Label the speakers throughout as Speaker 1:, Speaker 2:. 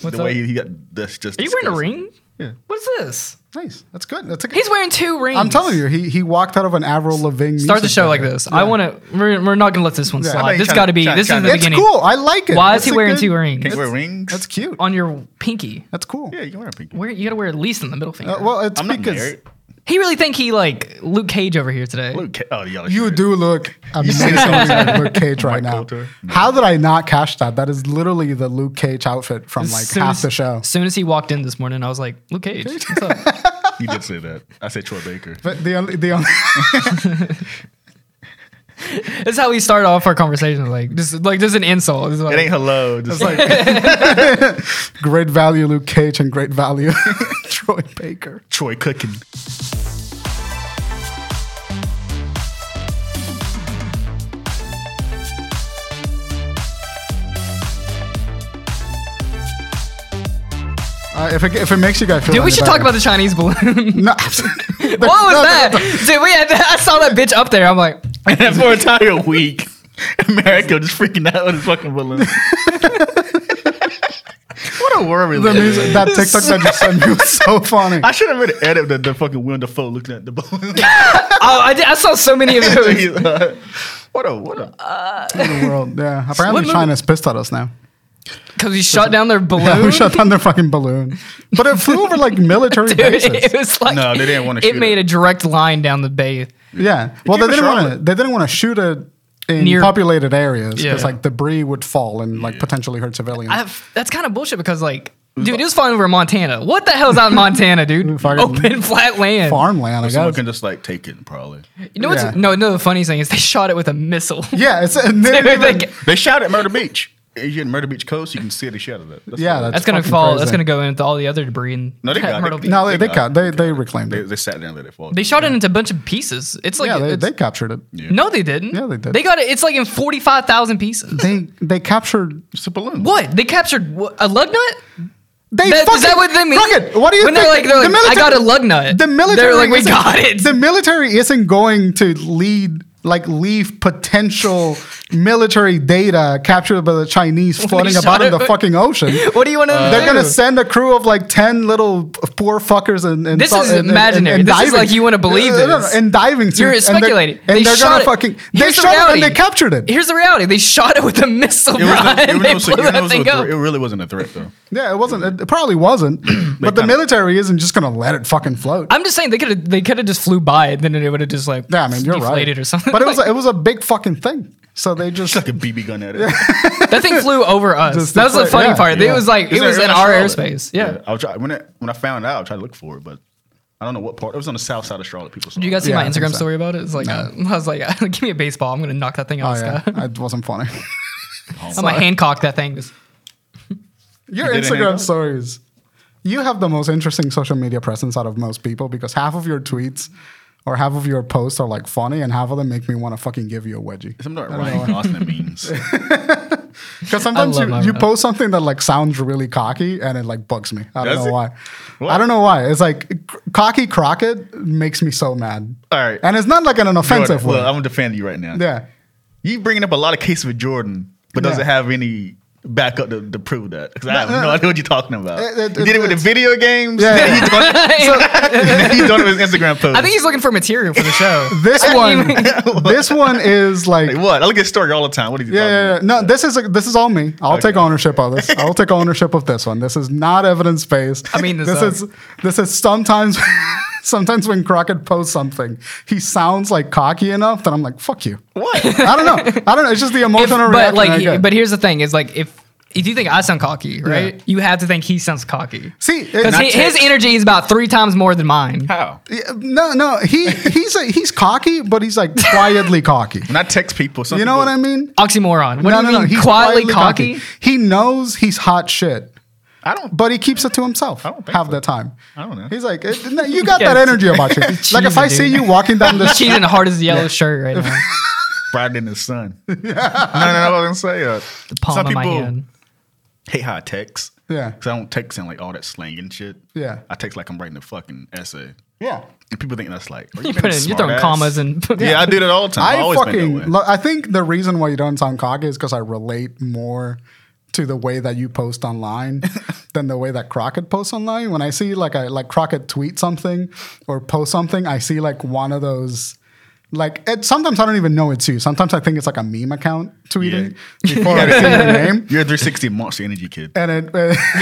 Speaker 1: What's
Speaker 2: the way
Speaker 1: up?
Speaker 2: he got that's just.
Speaker 1: Are you wearing a
Speaker 2: disgusting.
Speaker 1: ring?
Speaker 3: Yeah.
Speaker 1: What's this?
Speaker 3: Nice. That's good. That's a good.
Speaker 1: He's wearing two rings.
Speaker 3: I'm telling you, he he walked out of an Avril Lavigne.
Speaker 1: Start the
Speaker 3: music
Speaker 1: show like
Speaker 3: video.
Speaker 1: this. I want to. We're, we're not gonna let this one
Speaker 3: Yeah. I
Speaker 1: slide.
Speaker 2: bet
Speaker 1: This
Speaker 2: you
Speaker 1: got to
Speaker 2: try-
Speaker 1: be.
Speaker 2: try-
Speaker 1: this
Speaker 2: try to-
Speaker 1: is the
Speaker 2: It's
Speaker 3: It's
Speaker 1: beginning.
Speaker 3: cool. I like it.
Speaker 1: Why is
Speaker 3: That's
Speaker 1: he
Speaker 3: a
Speaker 1: wearing
Speaker 3: good-
Speaker 1: two rings
Speaker 2: Can't wear rings.
Speaker 3: That's cute.
Speaker 1: on your pinky?
Speaker 3: That's cool.
Speaker 2: yeah, you can wear a pinky.
Speaker 1: Where you gotta wear at least in the middle finger.
Speaker 3: Uh, well, it's
Speaker 2: I'm not
Speaker 3: because
Speaker 2: married.
Speaker 1: he really think he like Luke Cage over here today.
Speaker 2: Luke, Ca- oh, yeah,
Speaker 3: you
Speaker 2: sure.
Speaker 3: do look amazing like Luke Cage right now.
Speaker 2: Michael Tour.
Speaker 3: How did I not catch that? That is literally the Luke Cage outfit from like
Speaker 1: Soon
Speaker 3: half
Speaker 1: as-
Speaker 3: the show.
Speaker 1: Soon as he walked in this morning, I was like, Luke Cage. What's up?
Speaker 2: You did say that. I said Troy Baker.
Speaker 3: But the only the only
Speaker 1: That's how we started off our conversation. Like just like just an insult. It's like-
Speaker 2: It ain't hello. Just like
Speaker 3: great value Luke Cage and great value Troy Baker.
Speaker 2: Troy cooking.
Speaker 3: Uh, if it if it makes you guys feel
Speaker 1: Dude, we
Speaker 3: any
Speaker 1: should
Speaker 3: better.
Speaker 1: talk about the Chinese balloon.
Speaker 3: no.
Speaker 1: what was that? Dude, we had I saw that bitch up there. I'm like,
Speaker 2: And for an entire week, America just freaking out with his fucking balloon. what a world we
Speaker 3: The
Speaker 2: live in.
Speaker 3: music, that TikTok that you sent me was so funny.
Speaker 2: I should have really edited the, the fucking Willem Dafoe looking at the balloon.
Speaker 1: oh, I, did, I saw so many of those.
Speaker 2: He's, uh, what a what a
Speaker 3: In the world, yeah. Apparently,
Speaker 1: movie-
Speaker 3: China's pissed at us now.
Speaker 1: Because we shot down their balloon.
Speaker 3: Yeah, we shut down their fucking balloon. But it flew over like military
Speaker 1: Dude,
Speaker 3: bases.
Speaker 1: it was like
Speaker 2: No, they didn't wanna shoot
Speaker 1: It made
Speaker 2: it.
Speaker 1: a direct line down the bay.
Speaker 3: Yeah. Well,
Speaker 2: you ever
Speaker 3: they didn't want to.
Speaker 2: Charlotte?
Speaker 3: They didn't want to shoot it in
Speaker 1: Near-
Speaker 3: populated areas because
Speaker 1: Yeah.
Speaker 3: like debris would fall and like potentially hurt civilians.
Speaker 1: I've, that's kind of bullshit because like, dude, it was flying over Montana. What the hell's out in Montana, dude?
Speaker 3: Fucking-
Speaker 1: Open flat land.
Speaker 3: Farmland, I
Speaker 2: someone
Speaker 3: guess.
Speaker 2: can just like take it probably.
Speaker 1: You know what's
Speaker 3: Yeah.
Speaker 1: no no? The funny thing is they shot it with a missile.
Speaker 3: Yeah, it's and they didn't
Speaker 1: Dude,
Speaker 3: even-
Speaker 1: like,
Speaker 2: They shot at Murder Beach. If you're in Murder Beach Coast, you can see the shadow of that. That's
Speaker 3: Yeah,
Speaker 2: all.
Speaker 3: that's-
Speaker 1: that's gonna
Speaker 3: fucking
Speaker 1: fall.
Speaker 3: crazy.
Speaker 1: That's gonna go into all the other debris and
Speaker 2: no, they
Speaker 1: at
Speaker 2: got
Speaker 1: Myrtle
Speaker 2: it.
Speaker 1: Beach.
Speaker 3: No, they- they
Speaker 2: got it.
Speaker 3: got- they- they reclaimed
Speaker 2: They,
Speaker 3: it.
Speaker 2: they sat down and let it fall.
Speaker 1: They shot it into a bunch of pieces. It's like
Speaker 3: yeah, they,
Speaker 1: it's-
Speaker 3: they captured it.
Speaker 1: no, they didn't.
Speaker 3: Yeah, they did.
Speaker 1: They got it. It's like in forty five thousand pieces.
Speaker 3: They they captured.
Speaker 2: It's a balloon.
Speaker 1: What they captured what, a lug nut?
Speaker 3: They
Speaker 1: That-
Speaker 3: fucking,
Speaker 1: is that what they mean?
Speaker 3: Fuck it. What do you
Speaker 1: when
Speaker 3: think?
Speaker 1: they're like, they're like
Speaker 3: The
Speaker 1: I got a
Speaker 3: military-
Speaker 1: lug nut.
Speaker 3: The military.
Speaker 1: They're like, we
Speaker 3: isn't-
Speaker 1: got it.
Speaker 3: The military isn't going to lead like leave potential military data captured by the Chinese floating
Speaker 1: shot
Speaker 3: about in
Speaker 1: it
Speaker 3: the
Speaker 1: with-
Speaker 3: fucking ocean.
Speaker 1: what do you want to?
Speaker 3: They're gonna send a crew of like ten little poor fuckers and, and
Speaker 1: This
Speaker 3: so-
Speaker 1: is
Speaker 3: and- and-
Speaker 1: imaginary. This is
Speaker 3: diving- Uh,
Speaker 1: like you wanna believe
Speaker 3: No, no, no,
Speaker 1: this.
Speaker 3: and diving suits.
Speaker 1: You're
Speaker 3: And they're-
Speaker 1: speculating.
Speaker 3: And
Speaker 1: They
Speaker 3: they're
Speaker 1: shot
Speaker 3: gonna
Speaker 1: it.
Speaker 3: fucking they
Speaker 1: Here's the
Speaker 3: shot it
Speaker 1: reality.
Speaker 3: and they captured it.
Speaker 1: Here's the reality. They shot it with a missile,
Speaker 2: It, was no,
Speaker 1: Brian.
Speaker 2: it, was
Speaker 1: they
Speaker 2: no,
Speaker 1: blew
Speaker 2: it,
Speaker 1: that
Speaker 2: was
Speaker 1: thing
Speaker 2: no threat- it
Speaker 1: up.
Speaker 2: really wasn't a threat though.
Speaker 3: Yeah, it wasn't. It probably wasn't. but the
Speaker 2: kinda-
Speaker 3: military isn't just gonna let it fucking float.
Speaker 1: I'm just saying they could have they could have just flew by it, then it would have just like
Speaker 3: yeah, I mean you're right.
Speaker 1: deflated or something.
Speaker 3: But it was a, it was a big fucking thing. So they just
Speaker 2: Like a BB gun at it.
Speaker 1: that thing flew over us.
Speaker 3: Just
Speaker 1: that was the
Speaker 3: deflate-
Speaker 1: funny
Speaker 3: yeah,
Speaker 1: part. It
Speaker 3: yeah.
Speaker 1: was like it
Speaker 2: It's
Speaker 1: was in
Speaker 2: around
Speaker 1: our
Speaker 2: Charlotte.
Speaker 1: airspace. Yeah.
Speaker 2: I was try, when it, when I found out, I tried to look for it, but I don't know what part. It was on the south side of Charlotte. People saw.
Speaker 1: Did you guys see
Speaker 3: Yeah,
Speaker 1: my
Speaker 3: I think
Speaker 1: Instagram
Speaker 3: so.
Speaker 1: story about it? It's like uh, I was like, give me a baseball. I'm gonna knock that thing out
Speaker 3: Oh
Speaker 1: of the
Speaker 3: yeah,
Speaker 1: sky.
Speaker 3: it wasn't funny.
Speaker 1: I'm gonna Hancock that thing. Just,
Speaker 3: Your
Speaker 2: did it hang
Speaker 3: Instagram
Speaker 2: up?
Speaker 3: stories. You have the most interesting social media presence out of most people because half of your tweets or half of your posts are like funny and half of them make me want to fucking give you a wedgie.
Speaker 2: Some like Ryan Gosling memes.
Speaker 3: Because sometimes
Speaker 1: love
Speaker 3: you,
Speaker 1: my
Speaker 3: you
Speaker 1: rap.
Speaker 3: post something that like sounds really cocky and it like bugs me. I don't
Speaker 2: Does
Speaker 3: know
Speaker 2: it?
Speaker 3: why.
Speaker 2: What?
Speaker 3: I don't know why. It's like c- cocky Crockett makes me so mad.
Speaker 2: All right.
Speaker 3: And it's not like in an offensive
Speaker 2: Jordan,
Speaker 3: way.
Speaker 2: Look, I'm gonna defend you right now.
Speaker 3: yeah.
Speaker 2: You bringing up a lot of cases with Jordan, but doesn't
Speaker 3: Yeah.
Speaker 2: have any backup to, to prove that. Because I have
Speaker 3: no,
Speaker 2: no,
Speaker 3: no.
Speaker 2: idea what you're talking about.
Speaker 3: It- it-
Speaker 2: you did it with the
Speaker 3: it's-
Speaker 2: video games.
Speaker 3: Yeah,
Speaker 2: then
Speaker 3: yeah.
Speaker 2: you done- then you done it with his Instagram post.
Speaker 1: I think he's looking for material for the show.
Speaker 3: This
Speaker 1: I
Speaker 3: one,
Speaker 1: didn't even-
Speaker 3: this one is like,
Speaker 2: Like,
Speaker 3: yeah,
Speaker 2: what? I look at his story all the time. What are you talking
Speaker 3: yeah, yeah.
Speaker 2: about?
Speaker 3: No, this is a, this is all me. I'll take
Speaker 2: Okay.
Speaker 3: ownership of this. I'll take ownership of this one. This is not evidence based.
Speaker 1: I mean, this
Speaker 3: this is
Speaker 1: sucks.
Speaker 3: this is sometimes sometimes when Crockett posts something, he sounds like cocky enough that I'm like, fuck you.
Speaker 2: What?
Speaker 3: I don't know. I don't know. It's just the
Speaker 1: If-
Speaker 3: emotional
Speaker 1: but
Speaker 3: reaction. I
Speaker 1: like,
Speaker 3: get.
Speaker 1: but here's the thing: is like if if you think I sound cocky, right? You have to think he sounds cocky.
Speaker 3: see, it-
Speaker 1: Because his energy is about three times more than mine.
Speaker 2: How?
Speaker 3: Yeah, no, no, he he's a, he's cocky, but he's like quietly cocky.
Speaker 2: When I text people, some
Speaker 3: You know
Speaker 2: people-
Speaker 3: what I mean?
Speaker 1: Oxymoron. What
Speaker 3: no,
Speaker 1: do you
Speaker 3: no, no,
Speaker 1: mean?
Speaker 3: he's
Speaker 1: Quietly, cocky?
Speaker 3: He knows he's hot shit,
Speaker 2: I don't.
Speaker 3: but he keeps it to himself
Speaker 2: I don't think
Speaker 3: half
Speaker 2: so.
Speaker 3: the time.
Speaker 2: I don't know.
Speaker 3: He's like, it, no, you got
Speaker 1: Yeah,
Speaker 3: that energy about you.
Speaker 1: it's
Speaker 3: like if I
Speaker 1: cheesy,
Speaker 3: see
Speaker 1: dude.
Speaker 3: you walking down the street,
Speaker 1: Cheating hard as a yellow shirt right now.
Speaker 2: brighter than the sun. no, no, no. I was gonna say uh,
Speaker 1: The palm of my hand.
Speaker 2: hate how I text.
Speaker 3: Yeah.
Speaker 2: because I don't text in like all that slang and shit.
Speaker 3: Yeah.
Speaker 2: I text like I'm writing a fucking essay,
Speaker 3: yeah.
Speaker 2: and people think that's like are
Speaker 1: You
Speaker 2: being
Speaker 1: put
Speaker 2: a
Speaker 1: in, you're throwing
Speaker 2: smartass?
Speaker 1: commas and
Speaker 2: Yeah, I do that all the time. I
Speaker 3: I
Speaker 2: always been
Speaker 3: fucking.
Speaker 2: that way.
Speaker 3: Lo- I think the reason why you don't sound cocky is because I relate more to the way that you post online than the way that Crockett posts online. When I see like I like Crockett tweet something or post something, I see like one of those. Like it, sometimes I don't even know it's you. Sometimes I think it's like a meme account tweeting before I see your name,
Speaker 2: You're a 360 monster energy kid.
Speaker 3: and it, it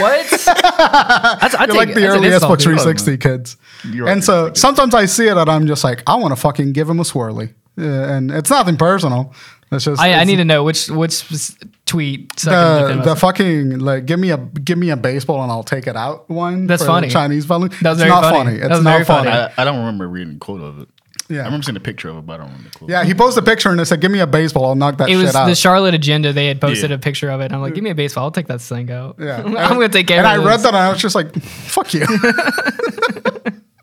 Speaker 1: What? That's, I
Speaker 3: You're
Speaker 1: take
Speaker 3: like
Speaker 1: it.
Speaker 3: the
Speaker 1: That's an
Speaker 3: early
Speaker 1: insult,
Speaker 3: Xbox
Speaker 1: dude.
Speaker 3: 360 kids.
Speaker 2: You're
Speaker 3: and
Speaker 2: right,
Speaker 3: so
Speaker 2: 360.
Speaker 3: sometimes I see it and I'm just like, I want to fucking give him a swirly. Uh, and it's nothing personal. It's just
Speaker 1: I, I
Speaker 3: it's
Speaker 1: need to know which which s- tweet. so I can make
Speaker 3: the,
Speaker 1: that
Speaker 3: the
Speaker 1: up.
Speaker 3: fucking like give me a give me a baseball and I'll take it out one.
Speaker 1: That's
Speaker 3: for the
Speaker 1: funny.
Speaker 3: Chinese value.
Speaker 1: That was
Speaker 3: it's
Speaker 1: very
Speaker 3: not
Speaker 1: funny.
Speaker 3: funny.
Speaker 1: That
Speaker 3: It's
Speaker 1: was
Speaker 3: not
Speaker 1: very
Speaker 3: funny.
Speaker 1: funny.
Speaker 2: I, I don't remember reading a quote of it.
Speaker 3: Yeah.
Speaker 2: I remember seeing a picture of it, but I don't remember the quote.
Speaker 3: Yeah, he posted a picture and it said, "Give me a baseball. I'll knock that
Speaker 1: it
Speaker 3: shit
Speaker 1: was
Speaker 3: out."
Speaker 1: the Charlotte agenda. They had posted
Speaker 2: Yeah.
Speaker 1: a picture of it. I'm like, give me a baseball. I'll take that thing out.
Speaker 3: yeah,
Speaker 1: I'm gonna take care.
Speaker 3: And
Speaker 1: of
Speaker 3: I read
Speaker 1: this.
Speaker 3: that and I was just like, "Fuck you."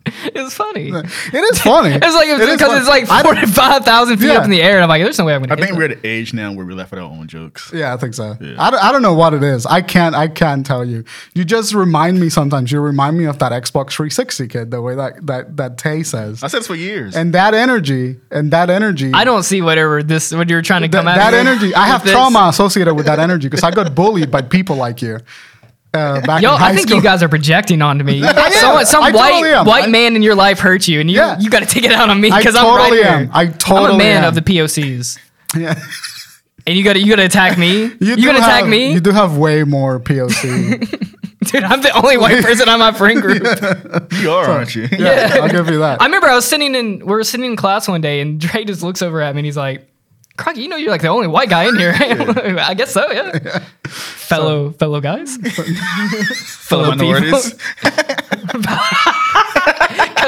Speaker 1: It was funny. It's
Speaker 3: it is funny.
Speaker 1: like
Speaker 3: It
Speaker 1: it's
Speaker 3: is
Speaker 1: because it's
Speaker 3: funny.
Speaker 1: like
Speaker 3: I don't-
Speaker 1: 45,000 feet
Speaker 3: Yeah.
Speaker 1: up in the air, and I'm like, there's no way I'm gonna.
Speaker 2: I think
Speaker 1: hit
Speaker 2: we're
Speaker 1: that.
Speaker 2: at the age now where we laugh at our own jokes.
Speaker 3: Yeah, I think so. I, don't, I don't know what it is. I can't I can't tell you. You just remind me sometimes. You remind me of that Xbox 360 kid, the way that that that Tay says,
Speaker 2: I said this for years.
Speaker 3: and that energy and that energy.
Speaker 1: I don't see whatever this what you're trying to
Speaker 3: that,
Speaker 1: come out.
Speaker 3: that energy. I have trauma associated with that energy because I got bullied by people like you uh, back
Speaker 1: Yo,
Speaker 3: in high
Speaker 1: I think
Speaker 3: school.
Speaker 1: you guys are projecting onto me.
Speaker 3: I am.
Speaker 1: Some, some
Speaker 3: I
Speaker 1: white
Speaker 3: totally am.
Speaker 1: white
Speaker 3: I-
Speaker 1: man in your life hurt you, and you
Speaker 3: Yeah.
Speaker 1: you got to take it out on me
Speaker 3: I
Speaker 1: because I'm right
Speaker 3: totally
Speaker 1: here.
Speaker 3: am. I
Speaker 1: I'm
Speaker 3: totally
Speaker 1: a man
Speaker 3: am.
Speaker 1: of the POCs,
Speaker 3: Yeah.
Speaker 1: and you got to you got to attack me. You,
Speaker 3: do
Speaker 1: gonna attack
Speaker 3: have-
Speaker 1: me,
Speaker 3: You do have way more POC.
Speaker 1: dude? I'm the only white person on my friend group.
Speaker 2: you are, aren't you?
Speaker 3: yeah, I'll give you that.
Speaker 1: I remember I was sitting in we were sitting in class one day, and Dre just looks over at me and he's like, "Crocky, you know you're like the only white guy in here. I guess so, yeah. Fellow fellow guys, fellow
Speaker 2: Minorities.
Speaker 1: Cut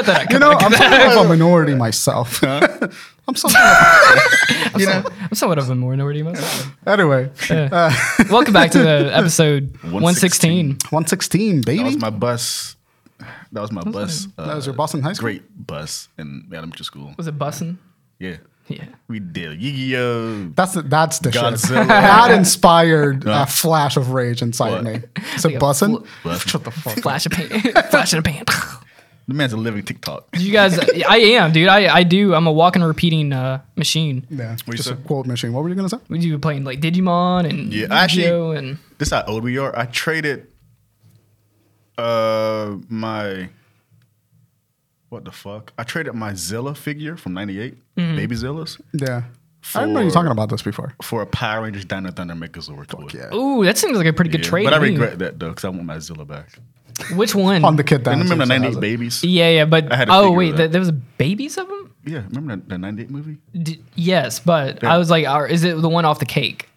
Speaker 1: that out.
Speaker 3: you know, I'm somewhat of a minority myself. I'm somewhat. of
Speaker 2: you know?
Speaker 1: I'm somewhat of a minority myself.
Speaker 3: a- anyway, Uh,
Speaker 1: Welcome back to the episode 116.
Speaker 3: 116, baby.
Speaker 2: That was my bus. That was my bus. Uh,
Speaker 3: That was your Boston High School.
Speaker 2: great bus in elementary school.
Speaker 1: Was it bussin'?
Speaker 2: Yeah.
Speaker 1: Yeah.
Speaker 2: We did Yu-Gi-Oh!
Speaker 3: That's the, that's the
Speaker 2: Godzilla.
Speaker 3: shit. That inspired
Speaker 2: Yeah.
Speaker 3: a flash of rage inside
Speaker 2: What?
Speaker 3: me. Is
Speaker 1: Like
Speaker 3: it
Speaker 1: a
Speaker 3: bussin?
Speaker 2: Bussin'.
Speaker 3: Shut the fuck up.
Speaker 1: Flash of pan. Flash of pan.
Speaker 2: The man's a living TikTok.
Speaker 1: you guys, I am, dude. I, I do. I'm a walking, repeating uh, machine.
Speaker 3: Yeah,
Speaker 2: you
Speaker 3: just a
Speaker 2: say?
Speaker 3: quote machine. What were you gonna say?
Speaker 1: We do playing like Digimon and
Speaker 2: Yeah, I actually-
Speaker 1: Yu-Gi-Oh! and
Speaker 2: This is how old we are. I traded uh my what the fuck? I traded my Zilla figure from '98,
Speaker 1: Mm-hmm.
Speaker 2: Baby Zillas,
Speaker 3: Yeah, I remember you
Speaker 2: For-
Speaker 3: talking about this before.
Speaker 2: for a Power Rangers Dino Thunder Megazord. toy.
Speaker 3: Yeah,
Speaker 1: Ooh, that seems like a pretty good
Speaker 2: Yeah,
Speaker 1: trade.
Speaker 2: But I
Speaker 1: to me.
Speaker 2: regret that though, because I want my Zilla back.
Speaker 1: Which one?
Speaker 3: on the kid
Speaker 2: And
Speaker 3: down.
Speaker 2: remember the
Speaker 3: so that was
Speaker 2: '98
Speaker 3: it.
Speaker 2: babies?
Speaker 1: yeah, yeah, but
Speaker 2: I had a
Speaker 1: oh
Speaker 2: figure of
Speaker 1: wait,
Speaker 2: that.
Speaker 1: th- there was babies of them.
Speaker 2: Yeah, remember the '98 movie?
Speaker 1: D- yes, but I was like, are, is it the one off the cake?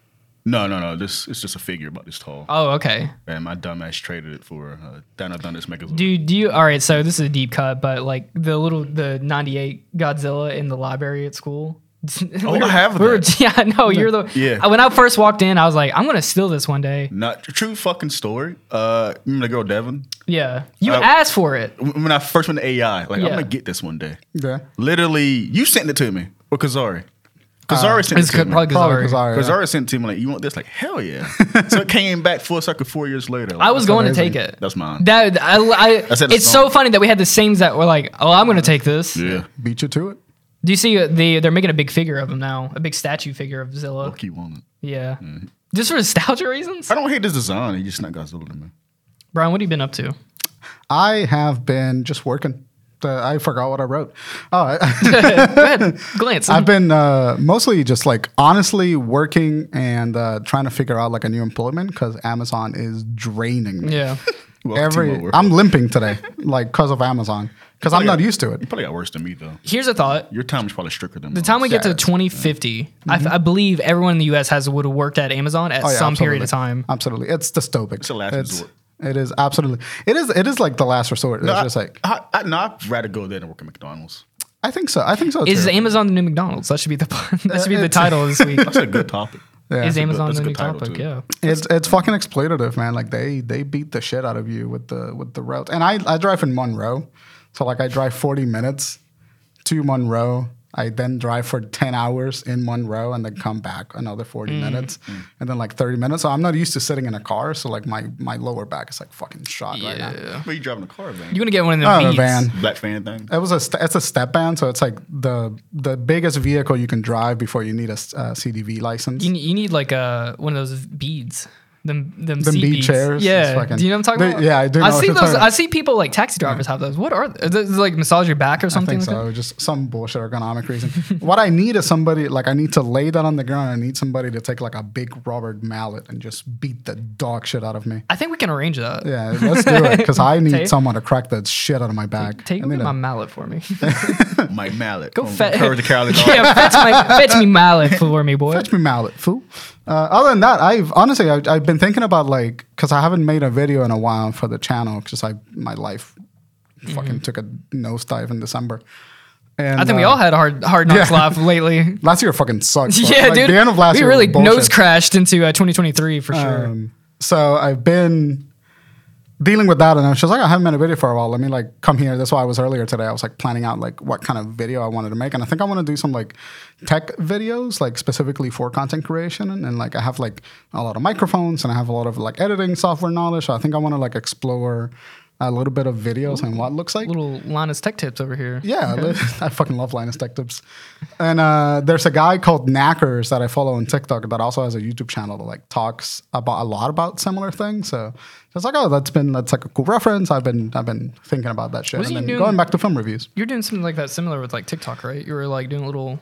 Speaker 2: No, no, no. This it's just a figure about this tall,
Speaker 1: Oh, okay,
Speaker 2: and my dumbass traded it for uh, Dino Thunder's Megazord.
Speaker 1: dude. Do you all right? So this is a deep cut, but like the little the '98 Godzilla in the library at school.
Speaker 2: Oh, I have
Speaker 1: We were,
Speaker 2: that.
Speaker 1: yeah, no, you're the
Speaker 2: Yeah.
Speaker 1: When I first walked in, I was like, I'm gonna steal this one day.
Speaker 2: Not true fucking story. Uh, remember the girl Devin?
Speaker 1: Yeah, you
Speaker 2: Uh,
Speaker 1: asked for it.
Speaker 2: When when I first went to AI, like I'm
Speaker 1: Yeah.
Speaker 2: gonna get this one day.
Speaker 3: Yeah,
Speaker 2: Literally, you sent it to me or Kazari. Kazari sent it
Speaker 1: Uh, It's
Speaker 2: to
Speaker 1: good,
Speaker 2: me.
Speaker 1: probably
Speaker 3: probably uh,
Speaker 1: Kazari.
Speaker 3: Kazari. yeah.
Speaker 2: Kazari sent it to me like, you want this? Like, hell yeah. so it came back full circle four years later. Like,
Speaker 1: I was going
Speaker 3: amazing.
Speaker 1: to take it.
Speaker 2: That's mine.
Speaker 1: That I, I,
Speaker 2: I said
Speaker 1: it's
Speaker 2: it's
Speaker 1: so
Speaker 2: not-
Speaker 1: funny that we had the same that were like, oh, I'm gonna take this.
Speaker 2: yeah.
Speaker 3: Beat you to it.
Speaker 1: Do you see uh, the they're making a big figure of him now, a big statue figure of Zilla?
Speaker 2: Fuck you want it.
Speaker 1: Yeah,
Speaker 3: Mm-hmm.
Speaker 1: just for nostalgia reasons.
Speaker 2: I don't hate this design. He just not Godzilla to me.
Speaker 1: Brian, what have you been up to?
Speaker 3: I have been just working. Uh, I forgot what I wrote. Oh, I-
Speaker 1: Glance.
Speaker 3: I've been uh, mostly just like honestly working and uh, trying to figure out like a new employment because Amazon is draining me.
Speaker 1: yeah,
Speaker 2: Welcome to
Speaker 3: Every
Speaker 2: my world.
Speaker 3: I'm limping today, like because of Amazon, because I'm
Speaker 2: Probably
Speaker 3: not
Speaker 2: got-
Speaker 3: used to it.
Speaker 2: You probably got worse than me though.
Speaker 1: here's a thought.
Speaker 2: Your time is probably stricter than
Speaker 1: The time we get to
Speaker 3: Yes. Mm-hmm.
Speaker 1: 2050, I f I I, believe everyone in the U.S. has would have worked at Amazon at
Speaker 3: Oh, yeah,
Speaker 1: some period of
Speaker 3: absolutely.
Speaker 1: time.
Speaker 3: Absolutely, it's dystopic. It's
Speaker 2: the last resort.
Speaker 3: It is absolutely. It is. It is like the last resort.
Speaker 2: No,
Speaker 3: it's
Speaker 2: I,
Speaker 3: just like
Speaker 2: I, I, no, I'd rather go there than work at McDonald's.
Speaker 3: I think so. I think so.
Speaker 1: Is
Speaker 3: too.
Speaker 1: Amazon the new McDonald's? That should be the that should be the
Speaker 3: it's-
Speaker 1: title this week.
Speaker 2: That's a good topic.
Speaker 3: Yeah.
Speaker 1: Is
Speaker 3: That's a good-
Speaker 1: Amazon
Speaker 2: that's
Speaker 1: the
Speaker 2: a
Speaker 1: new
Speaker 2: good title,
Speaker 1: topic?
Speaker 2: too.
Speaker 1: Yeah.
Speaker 3: It's it's fucking exploitative, man. Like they they beat the shit out of you with the with the route. And I I drive in Monroe, so like I drive forty minutes to Monroe. I then drive for ten hours in Monroe and then come back another forty minutes, and then like thirty minutes. So I'm not used to sitting in a car, so like my my lower back is like fucking shot right now.
Speaker 1: Yeah.
Speaker 2: But you driving a car, man.
Speaker 1: You're gonna get one of them.
Speaker 3: I'm a
Speaker 1: Beats.
Speaker 3: van.
Speaker 2: Black fan thing.
Speaker 3: It was a st- it's a step van, so it's like the the biggest vehicle you can drive before you need a s- uh, CDV license.
Speaker 1: You, ne- you need like a one of those beads. Them them,
Speaker 3: Them
Speaker 1: seat
Speaker 3: beat
Speaker 1: beats.
Speaker 3: chairs,
Speaker 1: Yeah.
Speaker 3: it's fucking-
Speaker 1: do you know what I'm talking
Speaker 3: They-
Speaker 1: about?
Speaker 3: yeah, I do know
Speaker 1: I
Speaker 3: what
Speaker 1: see
Speaker 3: you're
Speaker 1: those.
Speaker 3: talking-
Speaker 1: I see people like taxi drivers have those. What are they? Is it like massage your back or
Speaker 3: I
Speaker 1: something
Speaker 3: think
Speaker 1: like
Speaker 3: so. Just some bullshit ergonomic reason. what I need is somebody like I need to lay that on the ground. I need somebody to take like a big rubber mallet and just beat the dog shit out of me.
Speaker 1: that? I think we can arrange that.
Speaker 3: Yeah, let's do it because I need
Speaker 1: Take-
Speaker 3: someone to crack that shit out of my back.
Speaker 1: Take
Speaker 3: I uh, need
Speaker 1: me my
Speaker 3: a-
Speaker 1: mallet for me.
Speaker 2: Mike Mallet.
Speaker 1: Go
Speaker 2: from
Speaker 1: fetch
Speaker 2: Courage the Cowardly Dog.
Speaker 1: yeah, fetch, my, fetch me mallet for me, boy.
Speaker 3: Fetch me mallet, fool. Uh, other than that, I've honestly I've, I've been thinking about like because I haven't made a video in a while for the channel because I my life fucking took a nosedive in December. And
Speaker 1: Mm-hmm. I think we
Speaker 3: uh,
Speaker 1: all had a hard hard knocks laugh lately.
Speaker 3: last year fucking sucked. bro.
Speaker 1: yeah,
Speaker 3: Like,
Speaker 1: dude.
Speaker 3: The end of last
Speaker 1: we
Speaker 3: year was
Speaker 1: really
Speaker 3: bullshit.
Speaker 1: nose crashed into uh, 2023 for sure.
Speaker 3: Um, so I've been dealing with that, and I was just like, I haven't made a video for a while. Let me like come here. That's why I was earlier today. I was like planning out like what kind of video I wanted to make, and I think I want to do some like tech videos, like specifically for content creation. And, and like I have like a lot of microphones, and I have a lot of like editing software knowledge. So I think I want to like explore a little bit of videos and what it looks like.
Speaker 1: Little Linus Tech Tips over here.
Speaker 3: Yeah, li- I fucking love Linus Tech Tips. And uh, there's a guy called Knackers that I follow on TikTok that also has a YouTube channel that like talks about a lot about similar things. So it's like, oh, that's been that's like a cool reference. I've been I've been thinking about that shit.
Speaker 1: Wasn't
Speaker 3: and
Speaker 1: he
Speaker 3: then
Speaker 1: doing-
Speaker 3: going back to film reviews.
Speaker 1: You're doing something like that similar with like TikTok, right? You were like doing a little.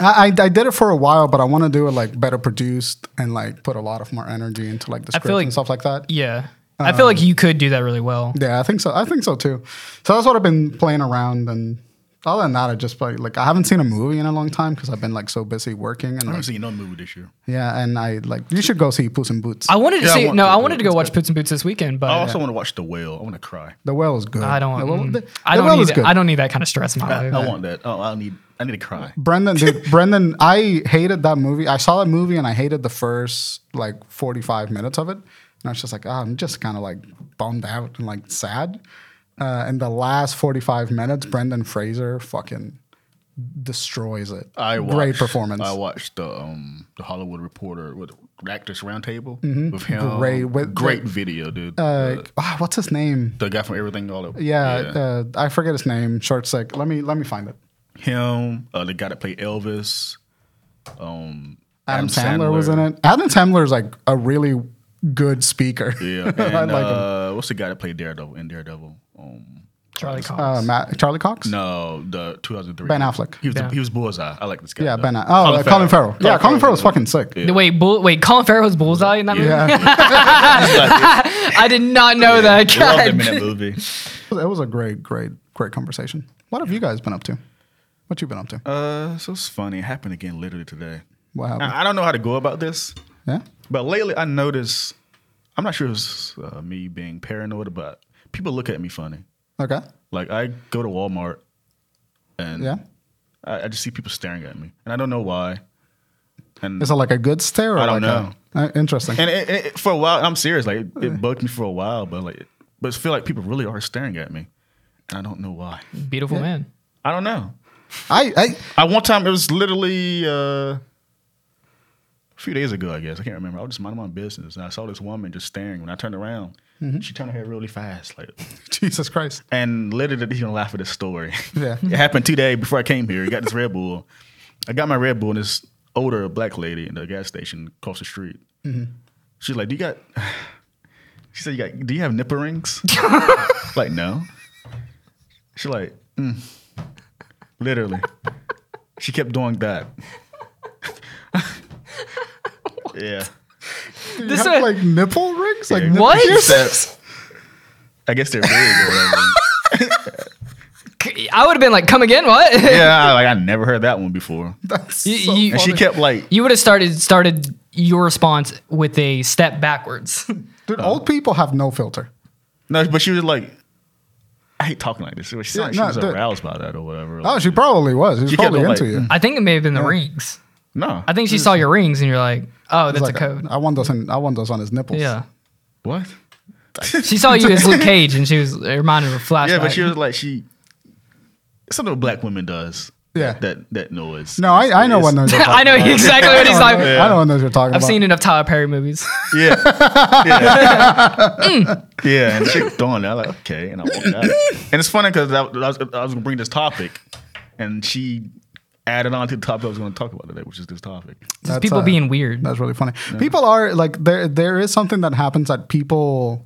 Speaker 3: I, I I did it for a while, but I want to do it like better produced and like put a lot of more energy into like the
Speaker 1: I feel
Speaker 3: script
Speaker 1: like-
Speaker 3: and stuff like that.
Speaker 1: Yeah, I feel
Speaker 3: Um,
Speaker 1: like you could do that really well.
Speaker 3: Yeah, I think so. I think so too. So that's what I've been playing around and. Other than that, I just play, like I haven't seen a movie in a long time because I've been like so busy working and
Speaker 2: I
Speaker 1: Oh,
Speaker 3: like,
Speaker 2: haven't seen no movie this year.
Speaker 3: Yeah, and I like you should go see Puss in Boots.
Speaker 1: I wanted to
Speaker 2: Yeah, I
Speaker 1: see.
Speaker 2: want
Speaker 1: no,
Speaker 2: to,
Speaker 1: I
Speaker 2: but
Speaker 1: wanted to go
Speaker 2: it's
Speaker 1: watch
Speaker 2: good.
Speaker 1: Boots and Boots this weekend, but
Speaker 2: I also want to watch The Whale. I want to cry.
Speaker 3: the whale is good.
Speaker 1: I don't.
Speaker 3: The whale,
Speaker 1: mm,
Speaker 3: the-
Speaker 1: I
Speaker 3: the
Speaker 1: don't
Speaker 3: whale
Speaker 1: need.
Speaker 3: is
Speaker 1: that- I don't need that kind of stress in my
Speaker 2: I,
Speaker 1: life.
Speaker 2: I want that. Oh, I need. I need to cry.
Speaker 3: Brendan, dude, Brendan, I hated that movie. I saw that movie and I hated the first like forty five minutes of it, and I was just like, oh, I'm just kind of like bummed out and like sad. Uh, and the last forty five minutes, Brendan Fraser fucking destroys it.
Speaker 2: I watched,
Speaker 3: great performance.
Speaker 2: I watched the um the Hollywood Reporter with Actors Roundtable with Uh, him.
Speaker 3: Great-
Speaker 2: Mm-hmm. Great,
Speaker 3: with-
Speaker 2: video, dude.
Speaker 3: like, ah, what's his name?
Speaker 2: the, the guy from Everything All Over.
Speaker 3: Yeah, Uh, I forget his name. Short sick. Let me let me find it.
Speaker 2: him. Uh, the guy that played Elvis. Um,
Speaker 3: Adam, Sandler, was in it. Adam Sandler is like a really good speaker.
Speaker 2: Yeah, and,
Speaker 3: I like him.
Speaker 2: uh, What's the guy that played Daredevil in Daredevil? Um,
Speaker 1: Charlie Cox.
Speaker 3: Uh, Matt, Charlie Cox?
Speaker 2: no, the 2003.
Speaker 3: Ben Affleck.
Speaker 2: He was
Speaker 1: Yeah.
Speaker 2: the, he was Bullseye. I like this guy.
Speaker 3: Yeah,
Speaker 2: though.
Speaker 3: Ben. Oh, Colin, Colin Farrell. Yeah, Colin Farrell's fucking sick.
Speaker 2: Yeah.
Speaker 1: Wait, bull, wait. Colin Farrell's bullseye in that movie.
Speaker 3: Yeah,
Speaker 1: I did not know that.
Speaker 2: Loved him in
Speaker 1: God.
Speaker 2: that movie.
Speaker 3: it was a great, great, great conversation. What have you guys been up to? What you been up to?
Speaker 2: Uh, so it's funny. It happened again literally today.
Speaker 3: What happened?
Speaker 2: I, I don't know how to go about this,
Speaker 3: yeah,
Speaker 2: but lately I noticed. I'm not sure it's uh, me being paranoid, but people look at me funny.
Speaker 3: okay,
Speaker 2: Like I go to Walmart, and
Speaker 3: yeah.
Speaker 2: I, I just see people staring at me, and I don't know why. And
Speaker 3: Is it like a good stare? Or
Speaker 2: I don't
Speaker 3: like a- uh, interesting.
Speaker 2: and it, it, for a while, I'm serious. Like it, it bugged me for a while, but like, but I feel like people really are staring at me, and I don't know why.
Speaker 1: Beautiful man.
Speaker 2: I don't know.
Speaker 3: I, I,
Speaker 2: I one time it was literally uh, a few days ago, I guess. I can't remember. I was just minding my own business, and I saw this woman just staring. When I turned around, she turned her head really fast, like,
Speaker 3: Jesus Christ.
Speaker 2: and literally he's gonna laugh at this story.
Speaker 3: Yeah.
Speaker 2: it happened two days before I came here. I got this Red Bull. I got my Red Bull and this older black lady in the gas station across the street. She's like, "Do you got?" She said, "You got? Do you have nipple rings?" like, no. She's like, mm. literally. she kept doing that. yeah.
Speaker 3: Do you
Speaker 1: This
Speaker 3: have
Speaker 1: a-
Speaker 3: like nipple rings? Like
Speaker 2: Yeah.
Speaker 3: nipple
Speaker 1: What?
Speaker 3: piercings?
Speaker 2: I guess they're big. Or whatever.
Speaker 1: I would have been like, "Come again? What?"
Speaker 2: yeah, I- like I never heard that one before.
Speaker 3: That's
Speaker 1: You-
Speaker 3: so
Speaker 1: you-
Speaker 2: And she
Speaker 3: funny.
Speaker 2: kept like
Speaker 1: You would have started started your response with a step backwards.
Speaker 3: Dude, old people have no filter.
Speaker 2: No, but she was like, I hate talking like this. She, was-
Speaker 3: Yeah,
Speaker 2: she
Speaker 3: no,
Speaker 2: was
Speaker 3: dude.
Speaker 2: aroused by that or whatever.
Speaker 3: Oh,
Speaker 2: Like,
Speaker 3: she probably was. She was
Speaker 2: She kept
Speaker 3: probably
Speaker 2: it,
Speaker 3: into
Speaker 2: like-
Speaker 3: you.
Speaker 1: I think it may have been the rings.
Speaker 2: no.
Speaker 1: I think she saw your rings and you're like, "Oh, that's
Speaker 3: Like,
Speaker 1: a code."
Speaker 3: I, want those. On, I want those on his nipples.
Speaker 1: yeah.
Speaker 2: what?
Speaker 1: She saw you as Luke Cage and she was it reminded her of a flashback.
Speaker 2: Yeah, but she was like, she. Something a black woman does.
Speaker 3: Yeah.
Speaker 2: That that noise.
Speaker 3: No, I, I know
Speaker 2: It's-
Speaker 3: what those. you're
Speaker 1: I
Speaker 3: talking
Speaker 1: know exactly what he's
Speaker 3: about.
Speaker 1: like.
Speaker 3: I know what those you're talking
Speaker 1: I've
Speaker 3: about.
Speaker 1: seen enough Tyler Perry movies.
Speaker 2: Yeah. Yeah. yeah. And she doing that. I'm like, okay. And I walked out. And it's funny because I, I was, I was going to bring this topic and she added on to the topic I was going to talk about today, which is this topic.
Speaker 1: Just
Speaker 3: That's,
Speaker 1: people
Speaker 3: uh,
Speaker 1: being weird.
Speaker 3: That's really funny. People are like there. There is something that happens that people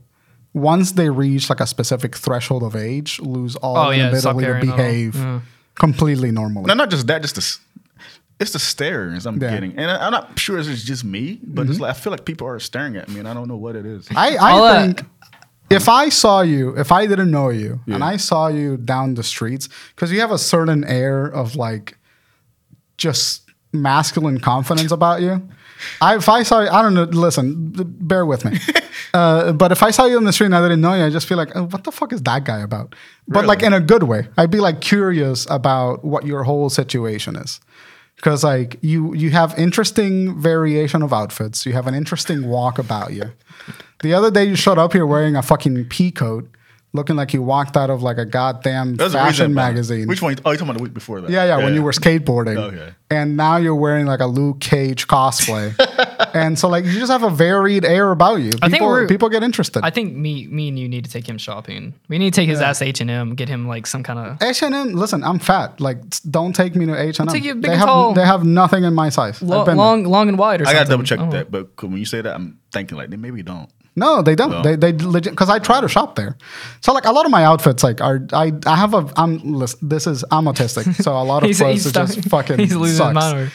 Speaker 3: once they reach like a specific threshold of age lose all
Speaker 1: Oh, yeah, stop
Speaker 3: ability to
Speaker 1: caring at all.
Speaker 3: behave
Speaker 1: Yeah.
Speaker 3: completely normally.
Speaker 2: No, not just that. Just the s- it's the stares I'm
Speaker 3: Yeah. Mm-hmm.
Speaker 2: getting, and I, am not sure if it's just me, but it's like I feel like people are staring at me, and I don't know what it is.
Speaker 3: I,
Speaker 1: I'll,
Speaker 3: I
Speaker 1: uh,
Speaker 3: think if I saw you, if I didn't know you, and I saw you down the streets, because you have a certain air of like just masculine confidence about you. I, if I saw you, I don't know, listen, b- bear with me. Uh, but if I saw you on the street and I didn't know you, I just feel like, oh, what the fuck is that guy about? But
Speaker 2: Really?
Speaker 3: like in a good way, I'd be like curious about what your whole situation is. Because like you, you have interesting variation of outfits. You have an interesting walk about you. The other day you showed up here wearing a fucking pea coat, looking like you walked out of like a goddamn
Speaker 2: There's a
Speaker 3: fashion
Speaker 2: reason about it.
Speaker 3: magazine.
Speaker 2: Which one? Oh, you talking about the week before that?
Speaker 3: Yeah, yeah, when you were skateboarding.
Speaker 2: Okay.
Speaker 3: And now you're wearing like a Luke Cage cosplay. and so like you just have a varied air about you. People
Speaker 1: think we're-
Speaker 3: people get interested.
Speaker 1: I think me, me and you need to take him shopping. We need to take his ass to H and M, get him like some kind of.
Speaker 3: H&M, listen, I'm fat. Like s- don't take me to H&M.
Speaker 1: Take you big
Speaker 3: they
Speaker 1: and
Speaker 3: have
Speaker 1: tall.
Speaker 3: they have nothing in my size. I've
Speaker 1: Lo-
Speaker 3: been there.
Speaker 1: long, long and wide, or
Speaker 2: I
Speaker 1: something.
Speaker 2: gotta double check
Speaker 1: Oh.
Speaker 2: that, but 'cause when you say that, I'm thinking like they maybe don't.
Speaker 3: No, they don't. They they legit because I try to shop there. So like a lot of my outfits like are I I have a I'm listen, this is I'm autistic so a lot of
Speaker 1: He's,
Speaker 3: clothes
Speaker 1: he's,
Speaker 3: are
Speaker 1: stuck-
Speaker 3: just fucking
Speaker 1: he's losing
Speaker 3: sucks.
Speaker 1: his mind. over-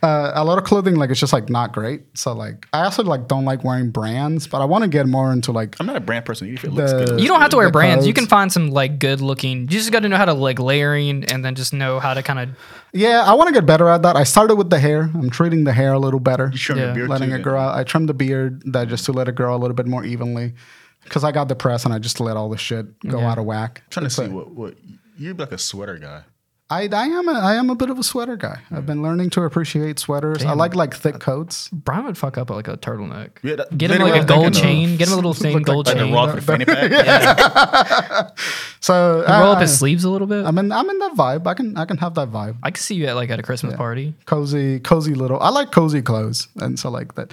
Speaker 3: uh, a lot of clothing like it's just like not great. So like I also like don't like wearing brands, but I want to get more into like
Speaker 2: I'm not a brand person. If it looks
Speaker 3: The-
Speaker 2: good, it looks
Speaker 1: You don't have to
Speaker 2: good.
Speaker 1: wear brands. You
Speaker 3: codes.
Speaker 1: can find some like good looking. You just got to know how to like layering, and then just know how to kind of.
Speaker 3: yeah, I want to get better at that. I started with the hair. I'm treating the hair a little better.
Speaker 2: You trim your
Speaker 1: Yeah.
Speaker 2: beard
Speaker 3: letting
Speaker 2: too,
Speaker 3: it
Speaker 2: then.
Speaker 3: grow out. I trimmed the beard that just to let it grow a little bit more evenly because I got depressed and I just let all the shit go
Speaker 1: Yeah.
Speaker 3: out of whack.
Speaker 2: trying to see what what you're like a sweater guy.
Speaker 3: I, I am a I am a bit of a sweater guy. I've been learning to appreciate sweaters. I like like thick coats.
Speaker 1: Brian would fuck up at, like a turtleneck.
Speaker 2: Yeah, that-
Speaker 1: get him
Speaker 2: literally
Speaker 1: like a
Speaker 2: what I'm
Speaker 1: gold
Speaker 2: thinking
Speaker 1: chain. Get him a little thin gold
Speaker 2: Like the
Speaker 1: chain.
Speaker 2: rock with fanny pack.
Speaker 3: So I,
Speaker 1: Roll up his sleeves a little bit.
Speaker 3: I, am in I'm in that vibe. I can I can have that vibe.
Speaker 1: I can see you at like at a Christmas party.
Speaker 3: cozy, cozy little. I like cozy clothes, and so like that.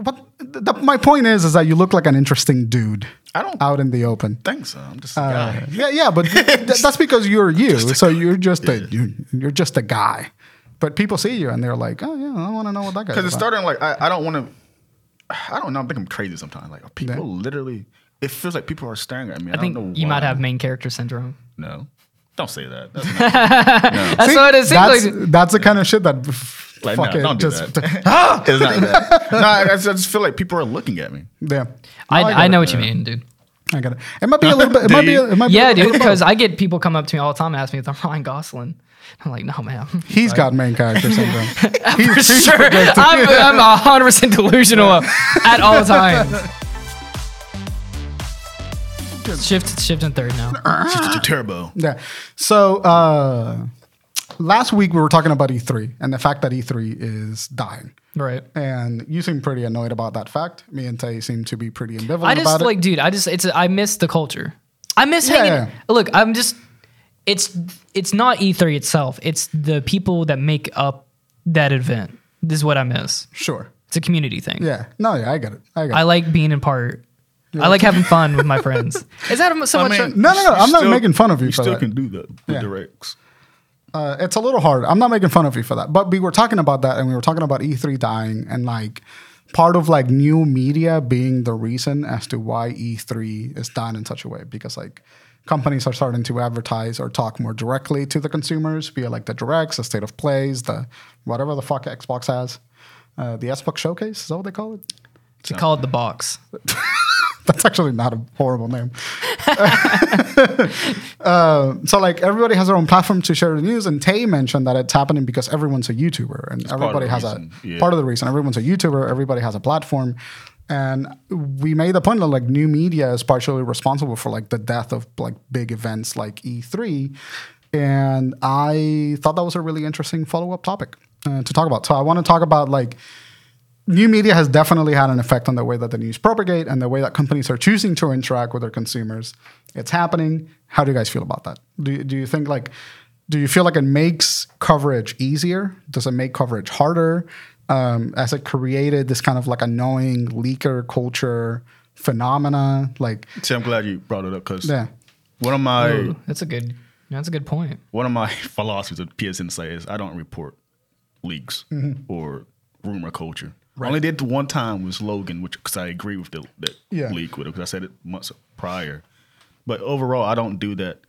Speaker 3: But the, my point is, is that you look like an interesting dude
Speaker 2: I don't
Speaker 3: out in the open.
Speaker 2: think so. I'm just a
Speaker 3: Uh,
Speaker 2: guy.
Speaker 3: yeah, yeah, but th- that's because you're you. So you're just a you, you're just a guy. But people see you and they're like, oh yeah, I want to know what that guy.
Speaker 2: Because it's starting like I, I don't want to. I don't know. I think I'm crazy sometimes. Like people literally, it feels like people are staring at me. I,
Speaker 1: I think
Speaker 2: don't know
Speaker 1: you
Speaker 2: why.
Speaker 1: might have main character syndrome.
Speaker 2: no. Don't say that. That's not,
Speaker 1: That's what it seems
Speaker 3: that's,
Speaker 1: like.
Speaker 3: that's the kind of shit that
Speaker 2: like, no,
Speaker 3: fucking
Speaker 2: don't do
Speaker 3: just
Speaker 2: that. it's not that. No, I, I just- I just feel like people are looking at me.
Speaker 3: yeah.
Speaker 1: I,
Speaker 3: No,
Speaker 1: I,
Speaker 3: get it.
Speaker 1: know what you mean, dude.
Speaker 3: I got it. It might be a little bit. It might be. A, it might
Speaker 1: Yeah,
Speaker 3: be a
Speaker 1: dude,
Speaker 3: little bit
Speaker 1: because I get people come up to me all the time and ask me if I'm Ryan Gosling. I'm like, no, man.
Speaker 3: He's got main character syndrome.
Speaker 1: For sure. I'm, I'm 100% delusional at all times. Shift, shift in third now.
Speaker 3: Ah.
Speaker 2: Turbo.
Speaker 3: Yeah. So uh, last week we were talking about E3 and the fact that E3 is dying.
Speaker 1: Right.
Speaker 3: And you seem pretty annoyed about that fact. Me and Tay seem to be pretty ambivalent
Speaker 1: I just
Speaker 3: about
Speaker 1: like, dude. I just it's I miss the culture. I miss
Speaker 3: Yeah,
Speaker 1: hanging.
Speaker 3: yeah.
Speaker 1: Look, I'm just. It's it's not E3 itself. It's the people that make up that event. This is what I miss.
Speaker 3: it. Sure.
Speaker 1: It's a community thing.
Speaker 3: Yeah. No, yeah, I get it. I get
Speaker 1: I
Speaker 3: it.
Speaker 1: like being in part. I like having fun with my friends. Is that so much?
Speaker 3: no, no, no, I'm not
Speaker 2: still-
Speaker 3: making fun of you
Speaker 2: You
Speaker 3: for
Speaker 2: still
Speaker 3: that.
Speaker 2: can do that with
Speaker 3: Yeah.
Speaker 2: directs.
Speaker 3: Uh, it's a little hard. I'm not making fun of you for that. But we were talking about that and we were talking about E3 dying and like part of like new media being the reason as to why E3 is done in such a way because like companies are starting to advertise or talk more directly to the consumers via like the directs, the state of plays, the whatever the fuck Xbox has. Uh, the Xbox Showcase, is that what they call it?
Speaker 1: They call it the box.
Speaker 3: That's actually not a horrible name. Uh, so like everybody has their own platform to share the news, and Tay mentioned that it's happening because everyone's a YouTuber, and
Speaker 2: of
Speaker 3: everybody
Speaker 2: the
Speaker 3: has
Speaker 2: reason,
Speaker 3: a
Speaker 2: yeah.
Speaker 3: part of the reason. Everyone's a YouTuber. Everybody has a platform, and we made the point that like new media is partially responsible for like the death of like big events like E3, and I thought that was a really interesting follow up topic uh, to talk about. So I want to talk about like new media has definitely had an effect on the way that the news propagate and the way that companies are choosing to interact with their consumers. It's happening. How do you guys feel about that? Do, do you think like, do you feel like it makes coverage easier? Does it make coverage harder? Um, has it created this kind of like annoying leaker culture phenomena? Like,
Speaker 2: See, I'm glad you brought it up because
Speaker 3: Yeah.
Speaker 2: one of my
Speaker 1: That's a good No, that's a good point.
Speaker 2: One of my philosophies of PS Insight is I don't report leaks
Speaker 3: Mm-hmm.
Speaker 2: or rumor culture. I only did it one time with Logan, which because I agree with the that
Speaker 3: Yeah.
Speaker 2: leak with it because I said it months prior. But overall, I don't do that.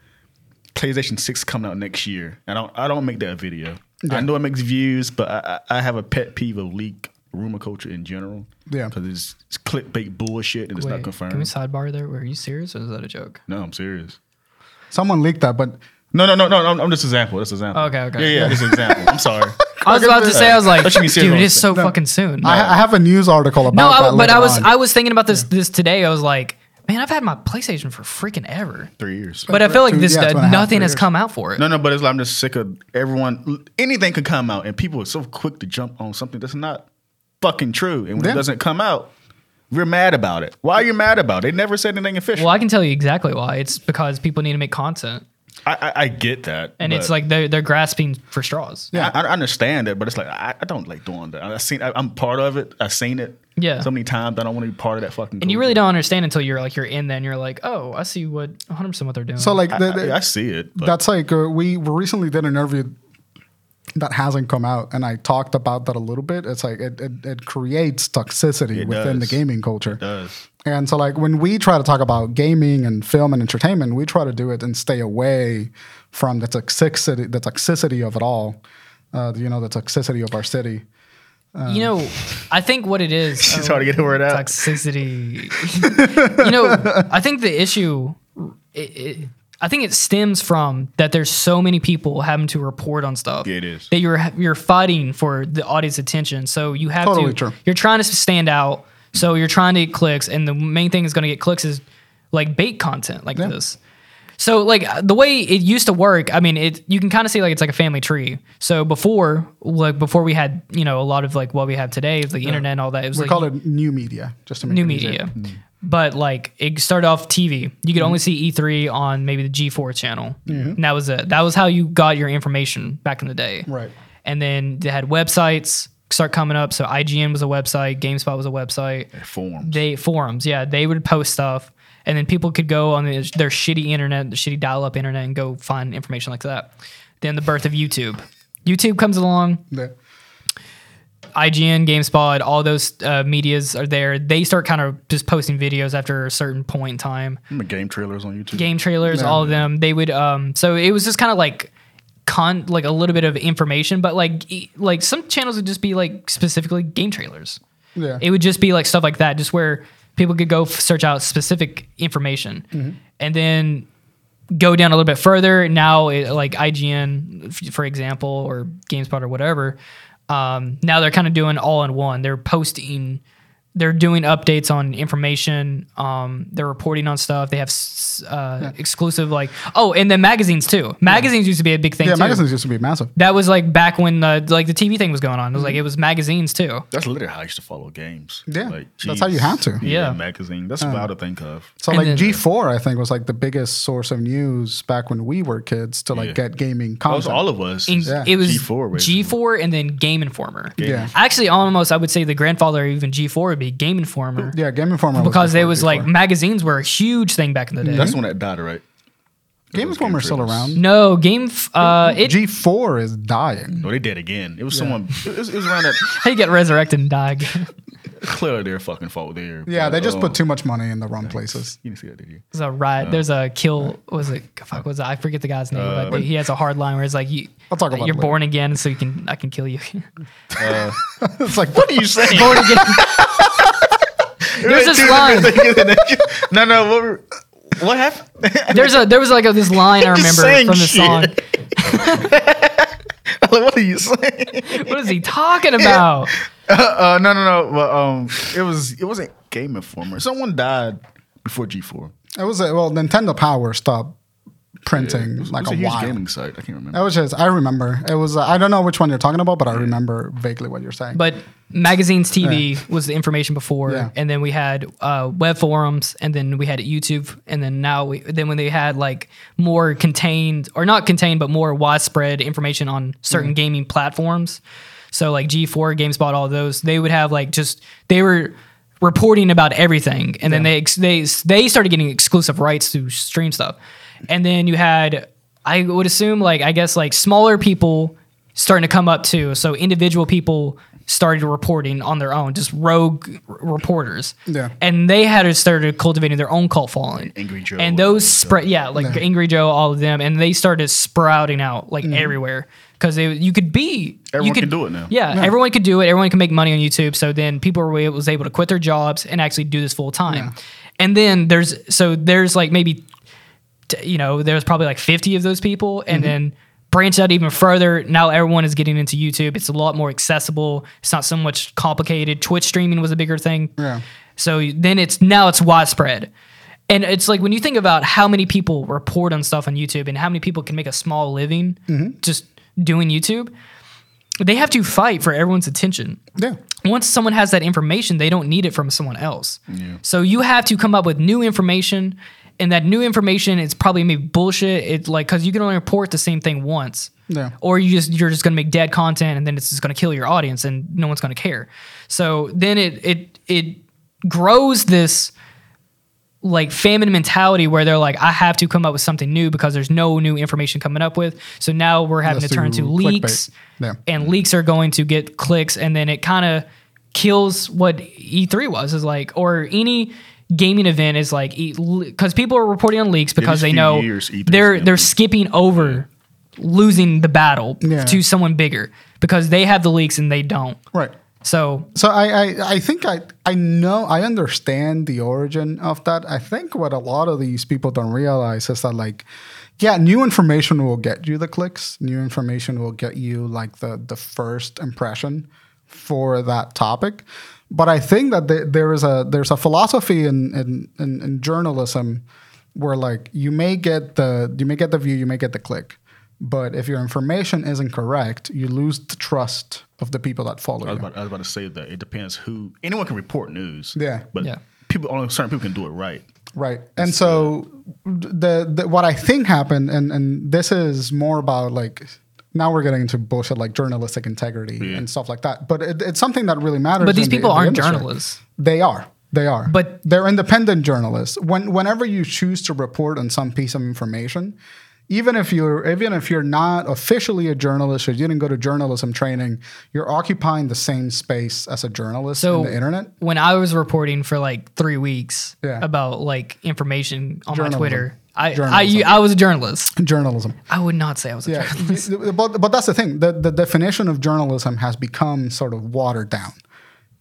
Speaker 2: PlayStation Six coming out next year, and I don't I don't make that video. I know it makes views, but I, I I have a pet peeve of leak rumor culture in general.
Speaker 3: Yeah.
Speaker 2: because it's, it's clickbait bullshit and it's not
Speaker 1: Wait,
Speaker 2: confirmed.
Speaker 1: Can we sidebar there? Were you serious or is that a joke?
Speaker 2: no, I'm serious.
Speaker 3: Someone leaked that, but
Speaker 2: No, no, no, no. I'm, I'm just example. That's example.
Speaker 1: Okay, okay.
Speaker 2: Yeah, yeah. Just example. I'm sorry.
Speaker 1: I was about to say, I was like,
Speaker 2: That should be
Speaker 1: dude,
Speaker 2: serious.
Speaker 1: it's so
Speaker 3: No.
Speaker 1: fucking soon.
Speaker 3: I, I have a news article about
Speaker 1: no,
Speaker 3: that.
Speaker 1: I, but
Speaker 3: later
Speaker 1: I was
Speaker 3: on.
Speaker 1: I was thinking about this this today. I was like, man, I've had my PlayStation for freaking ever.
Speaker 2: Three years.
Speaker 1: But I feel like
Speaker 3: Two-
Speaker 1: this
Speaker 3: yeah, two and a half,
Speaker 1: nothing
Speaker 3: three
Speaker 1: has
Speaker 3: years.
Speaker 1: come out for it.
Speaker 2: No, no, but it's like I'm just sick of everyone. Anything could come out, and people are so quick to jump on something that's not fucking true. And when
Speaker 3: Yeah.
Speaker 2: it doesn't come out, we're mad about it. Why are you mad about it? They never said anything official.
Speaker 1: Well, I can tell you exactly why. It's because people need to make content,
Speaker 2: I, I, I get that,
Speaker 1: and it's
Speaker 2: but
Speaker 1: like they're they're grasping for straws.
Speaker 2: I, I understand it, but it's like I, I don't like doing that. I seen, I, I'm part of it. I've seen it.
Speaker 1: Yeah.
Speaker 2: so many times. I don't want to be part of that fucking.
Speaker 1: And you really don't understand until you're like you're in there and you're like, oh, I see what 100 percent what they're doing.
Speaker 3: so like the,
Speaker 2: I, I see it. But
Speaker 3: that's like uh, we we recently did an interview that hasn't come out and i talked about that a little bit it's like it, it, it creates toxicity
Speaker 2: It
Speaker 3: within
Speaker 2: does.
Speaker 3: the gaming culture
Speaker 2: it does.
Speaker 3: and so like when we try to talk about gaming and film and entertainment we try to do it and stay away from the toxicity the toxicity of it all uh, you know the toxicity of our city
Speaker 1: you know, I think what it is.
Speaker 2: She's hard to get the word out.
Speaker 1: Toxicity. you know, I think the issue. It, it, I think it stems from that there's so many people having to report on stuff.
Speaker 2: Yeah, it is.
Speaker 1: That you're you're fighting for the audience attention, so you have
Speaker 3: Totally
Speaker 1: to.
Speaker 3: true.
Speaker 1: You're trying to stand out, so you're trying to get clicks, and the main thing is going to get clicks is like bait content like this. So like the way it used to work, I mean, it you can kind of see like it's like a family tree. So before, like before we had you know a lot of like what we have today, the internet and all that. It was
Speaker 3: we
Speaker 1: like
Speaker 3: call it new media just to make
Speaker 1: new
Speaker 3: it easier.
Speaker 1: media. But like it started off TV. You could only see E3 on maybe the G4 channel. And that was it. That was how you got your information back in the day.
Speaker 3: Right.
Speaker 1: And then they had websites start coming up. So IGN was a website, GameSpot was a website
Speaker 2: Form.
Speaker 1: they forums yeah they would post stuff and then people could go on the, their shitty internet the shitty dial-up internet and go find information like that then the birth of youtube youtube comes along
Speaker 3: The-
Speaker 1: ign gamespot all those uh, medias are there they start kind of just posting videos after a certain point in time
Speaker 2: Remember game trailers on YouTube.
Speaker 1: game trailers, all of them. They would um so it was just kind of like con like a little bit of information, but like e- like some channels would just be like specifically game trailers.
Speaker 3: Yeah.
Speaker 1: It would just be like stuff like that just where people could go f- search out specific information.
Speaker 3: Mm-hmm.
Speaker 1: And then go down a little bit further. Now, it, like IGN, f- for example, or GameSpot or whatever, um, now they're kind of doing all in one. They're posting, they're doing updates on information. Um, they're reporting on stuff. They have s- uh, exclusive, like, oh, and then magazines too. Magazines used to be a big thing
Speaker 3: yeah
Speaker 1: too.
Speaker 3: magazines used to be massive
Speaker 1: That was like back when the like the TV thing was going on. It was like it was magazines too.
Speaker 2: That's literally how I used to follow games.
Speaker 3: Yeah, that's how you had to.
Speaker 1: Yeah.
Speaker 2: magazine. That's what I would think of.
Speaker 3: So
Speaker 1: And
Speaker 3: like
Speaker 1: then-
Speaker 3: G4, I think was like the biggest source of news back when we were kids to like
Speaker 2: Yeah.
Speaker 3: get gaming
Speaker 2: That was
Speaker 3: content.
Speaker 2: all of us.
Speaker 1: In-
Speaker 3: Yeah.
Speaker 1: It was
Speaker 2: G4 was-
Speaker 1: G4 and then Game Informer.
Speaker 3: Yeah.
Speaker 1: Actually, almost I would say the grandfather of even G4 would be Game Informer.
Speaker 3: yeah, Game Informer
Speaker 1: because
Speaker 3: before
Speaker 1: it was
Speaker 3: G4.
Speaker 1: like magazines were a huge thing back in the day.
Speaker 2: That's the one that died, right?
Speaker 3: Game
Speaker 2: those
Speaker 3: Informer's
Speaker 2: game
Speaker 3: still
Speaker 2: trailers.
Speaker 3: around.
Speaker 1: no game. F- uh, it
Speaker 3: G4 is dying.
Speaker 2: No, they did again. It was someone. It was, it was around that.
Speaker 1: he got resurrected and died.
Speaker 2: Clearly, their fucking fault there.
Speaker 3: Yeah,
Speaker 2: but,
Speaker 3: they just
Speaker 2: uh,
Speaker 3: put too much money in the wrong places.
Speaker 2: You didn't see that, did you?
Speaker 1: There's a riot. There's a kill. what Was it fuck? Was it, I forget the guy's name? but he has a hard line where it's like you.
Speaker 3: I'll talk about it
Speaker 1: You're
Speaker 3: later.
Speaker 1: born again, so you can. I can kill you.
Speaker 2: Uh,
Speaker 3: It's like what do you say?
Speaker 1: born again. There's this line.
Speaker 2: no, no. What, were- what happened?
Speaker 1: There's a there was like a, this line I
Speaker 2: Just
Speaker 1: remember
Speaker 2: saying
Speaker 1: from the song.
Speaker 2: what are you saying?
Speaker 1: What is he talking about?
Speaker 2: Uh, no, no, no. But um, it was it wasn't Game Informer. Someone died before G four.
Speaker 3: It was a, well, Nintendo Power stopped printing
Speaker 2: It was,
Speaker 3: like
Speaker 2: it was a, Oh,
Speaker 3: a,
Speaker 2: huge
Speaker 3: while.
Speaker 2: gaming site. I can't remember.
Speaker 3: That was just I remember. It was uh, I don't know which one you're talking about, but I remember vaguely what you're saying.
Speaker 1: But magazines, TV was the information before,
Speaker 3: Yeah.
Speaker 1: and then we had uh, web forums, and then we had YouTube, and then now we then when they had like more contained or not contained, but more widespread information on certain gaming platforms. So like G4, GameSpot, all those, they would have like just they were reporting about everything, and then they ex- they they started getting exclusive rights to stream stuff, and then you had I would assume like I guess like smaller people starting to come up too. So individual people started reporting on their own, just rogue r- reporters.
Speaker 3: Yeah.
Speaker 1: And they had started cultivating their own cult following.
Speaker 2: Angry Joe,
Speaker 1: And those
Speaker 2: Angry Joe.
Speaker 1: spread yeah, Mm-hmm. like Angry Joe, all of them, and they started sprouting out like everywhere. Because you could be, you
Speaker 2: Everyone
Speaker 1: could
Speaker 2: can do it now.
Speaker 1: Yeah, everyone could do it. Everyone can make money on YouTube. So then people were able- was able to quit their jobs and actually do this full time. And then there's so there's like maybe t- you know, there's probably like 50 of those people. And then branch out even further. Now everyone is getting into YouTube. It's a lot more accessible. It's not so much complicated. Twitch streaming was a bigger thing.
Speaker 3: Yeah.
Speaker 1: So then it's now it's widespread. And it's like when you think about how many people report on stuff on YouTube and how many people can make a small living just doing YouTube, they have to fight for everyone's attention
Speaker 3: Yeah.
Speaker 1: once someone has that information, they don't need it from someone else. So you have to come up with new information, and that new information is probably maybe bullshit. It's like because you can only report the same thing once,
Speaker 3: Yeah.
Speaker 1: or you just you're just gonna make dead content, and then it's just gonna kill your audience, and no one's gonna care. So then it it it grows this like famine mentality where they're like, I have to come up with something new because there's no new information coming up with. So now we're having
Speaker 3: Let's
Speaker 1: to turn to
Speaker 3: do clickbait.
Speaker 1: leaks
Speaker 3: Yeah.
Speaker 1: and leaks are going to get clicks and then it kind of kills what E3 was is like or any gaming event is like because people are reporting on leaks because
Speaker 2: these
Speaker 1: they
Speaker 2: few
Speaker 1: know
Speaker 2: years,
Speaker 3: E
Speaker 2: E3's
Speaker 1: they're
Speaker 2: gonna
Speaker 1: they're
Speaker 2: be-
Speaker 1: skipping over losing the battle
Speaker 3: Yeah.
Speaker 1: to someone bigger because they have the leaks and they don't
Speaker 3: Right.
Speaker 1: so
Speaker 3: So I, I, I think I, I know I understand the origin of that. I think what a lot of these people don't realize is that like, yeah, new information will get you the clicks. New information will get you like the the first impression for that topic. But I think that the, there is a there's a philosophy in in, in in journalism where like you may get the you may get the view, you may get the click. But if your information isn't correct, you lose the trust of the people that follow
Speaker 2: I
Speaker 3: you.
Speaker 2: was, about, I was about to say that it depends who anyone can report news.
Speaker 3: Yeah.
Speaker 2: but
Speaker 1: Yeah.
Speaker 2: people only certain people can do it right.
Speaker 3: Right. And so the, the what I think happened and and this is more about like now we're getting into bullshit like journalistic integrity and stuff like that. But it, it's something that really matters.
Speaker 1: But these
Speaker 3: in the-
Speaker 1: people
Speaker 3: in the
Speaker 1: aren't
Speaker 3: industry.
Speaker 1: journalists.
Speaker 3: They are. They are.
Speaker 1: But-
Speaker 3: they're independent journalists. When whenever you choose to report on some piece of information, even if you're even if you're not officially a journalist or you didn't go to journalism training, you're occupying the same space as a journalist
Speaker 1: so
Speaker 3: in the internet.
Speaker 1: when i was reporting for like three weeks
Speaker 3: Yeah.
Speaker 1: about like information on my
Speaker 3: Journalism.
Speaker 1: twitter I, I
Speaker 3: Journalism.
Speaker 1: I was a journalist.
Speaker 3: Journalism.
Speaker 1: I would not say I was a
Speaker 3: Yeah,
Speaker 1: journalist.
Speaker 3: but but that's the thing. The the definition of journalism has become sort of watered down,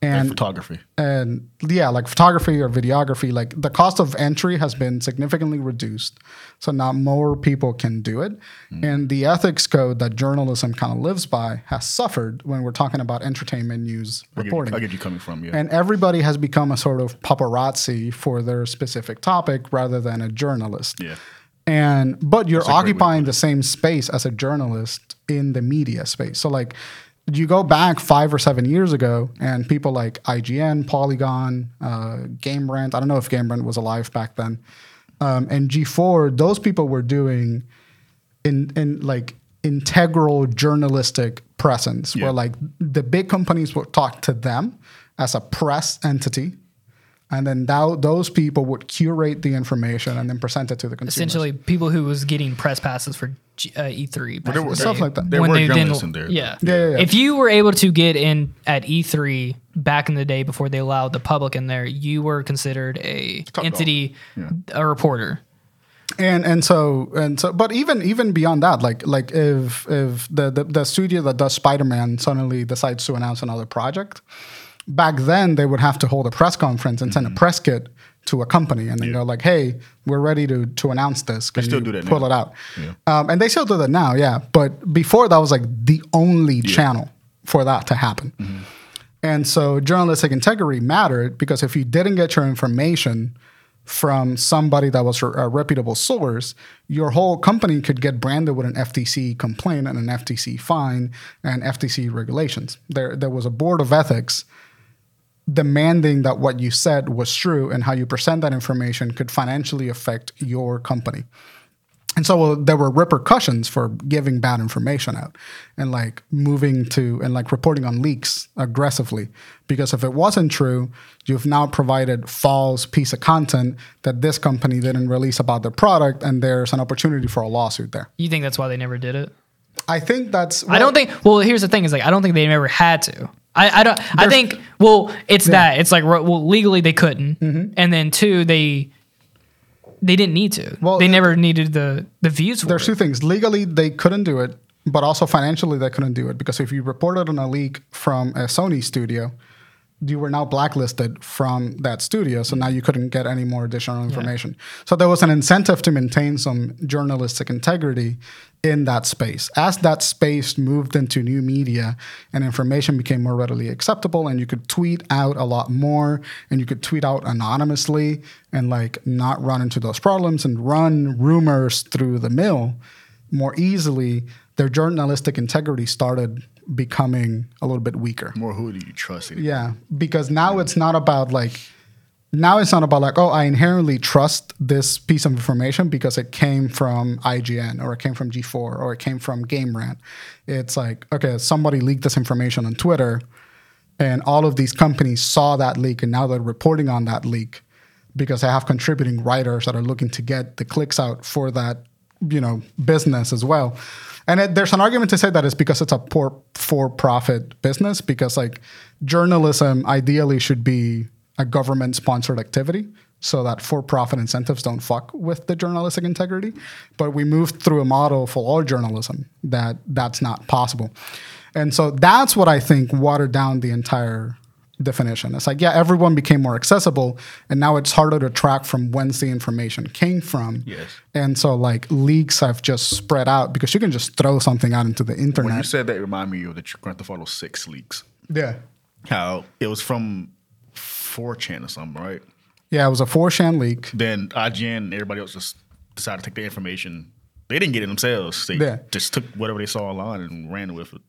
Speaker 2: And
Speaker 3: and
Speaker 2: photography.
Speaker 3: and yeah, like photography or videography, like the cost of entry has been significantly reduced, so now more people can do it,
Speaker 2: Mm.
Speaker 3: and the ethics code that journalism kind of lives by has suffered when we're talking about entertainment news
Speaker 2: I get, you,
Speaker 3: reporting.
Speaker 2: I get you coming from. Yeah,
Speaker 3: And everybody has become a sort of paparazzi for their specific topic rather than a journalist.
Speaker 2: Yeah.
Speaker 3: And but
Speaker 2: a great
Speaker 3: you're
Speaker 2: way to
Speaker 3: occupying the same space as a journalist in the media space. So like you go back five or seven years ago, and people like IGN, Polygon, uh, Game Rant. I don't know if Game Rant was alive back then. Um, and G4, those people were doing in in like integral journalistic presence
Speaker 2: Yeah.
Speaker 3: where like the big companies would talk to them as a press entity and then thou, those people would curate the information and then present it to the consumers.
Speaker 1: essentially people who was getting press passes for G, uh, E3 back
Speaker 2: there
Speaker 1: in
Speaker 2: were-
Speaker 1: the
Speaker 3: Stuff
Speaker 1: day.
Speaker 3: like that.
Speaker 2: there
Speaker 1: When
Speaker 2: were
Speaker 1: they then-
Speaker 2: journalists in there.
Speaker 1: yeah.
Speaker 3: Yeah, yeah, yeah.
Speaker 1: If you were able to get in at E3 back in the day before they allowed the public in there, you were considered a
Speaker 2: dog.
Speaker 1: entity, a reporter.
Speaker 3: and and so and so but even even beyond that like like if if the the, the studio that does spider-man suddenly decides to announce another project back then they would have to hold a press conference and send
Speaker 2: Mm-hmm.
Speaker 3: a press kit to a company and then go like hey we're ready to to announce this can
Speaker 2: still
Speaker 3: you
Speaker 2: do that
Speaker 3: pull
Speaker 2: now.
Speaker 3: it out um, and they still do that now yeah but before that was like the only channel for that to happen and so journalistic integrity mattered because if you didn't get your information from somebody that was a reputable source, your whole company could get branded with an FTC complaint and an FTC fine and FTC regulations. There, there was a board of ethics demanding that what you said was true and how you present that information could financially affect your company. And so well, there were repercussions for giving bad information out and like moving to and like reporting on leaks aggressively. Because if it wasn't true, you've now provided false piece of content that this company didn't release about their product, and there's an opportunity for a lawsuit there.
Speaker 1: You think that's why they never did it?
Speaker 3: I think that's.
Speaker 1: I don't think. Well, here's the thing: is like I don't think they never had to. I, I don't. I think. Well, it's that. It's like ro- well, legally they couldn't,
Speaker 3: Mm-hmm.
Speaker 1: and then two, they they didn't need to.
Speaker 3: Well,
Speaker 1: they
Speaker 3: it-
Speaker 1: never needed the the views. For
Speaker 3: There's
Speaker 1: it.
Speaker 3: two things. Legally, they couldn't do it, but also financially, they couldn't do it because if you reported on a leak from a Sony studio, you were now blacklisted from that studio. So now you couldn't get any more additional information. So there was an incentive to maintain some journalistic integrity in that space. As that space moved into new media and information became more readily acceptable, and you could tweet out a lot more and you could tweet out anonymously and like not run into those problems and run rumors through the mill more easily, their journalistic integrity started becoming a little bit weaker.
Speaker 2: More who do you trust? Anymore?
Speaker 3: Yeah, because now it's not about like now it's not about like oh I inherently trust this piece of information because it came from IGN or it came from G4 or it came from Game Rant. It's like okay, somebody leaked this information on Twitter and all of these companies saw that leak and now they're reporting on that leak because they have contributing writers that are looking to get the clicks out for that you know business as well and it, there's an argument to say that it's because it's a poor for-profit business because like journalism ideally should be a government sponsored activity so that for-profit incentives don't fuck with the journalistic integrity but we moved through a model for all journalism that that's not possible and so that's what i think watered down the entire definition. It's like, yeah, everyone became more accessible, and now it's harder to track from whence the information came from.
Speaker 2: Yes.
Speaker 3: And so, like, leaks have just spread out because you can just throw something out into the
Speaker 2: When you
Speaker 3: internet.
Speaker 2: said that, it reminded me of the Grand Theft Auto Six leaks.
Speaker 3: yeah.
Speaker 2: How it was from 4chan or something, right?
Speaker 3: Yeah, it was a 4chan leak.
Speaker 2: Then IGN and everybody else just decided to take the information. They didn't get it themselves. They
Speaker 3: Yeah.
Speaker 2: just took whatever they saw online and ran with it.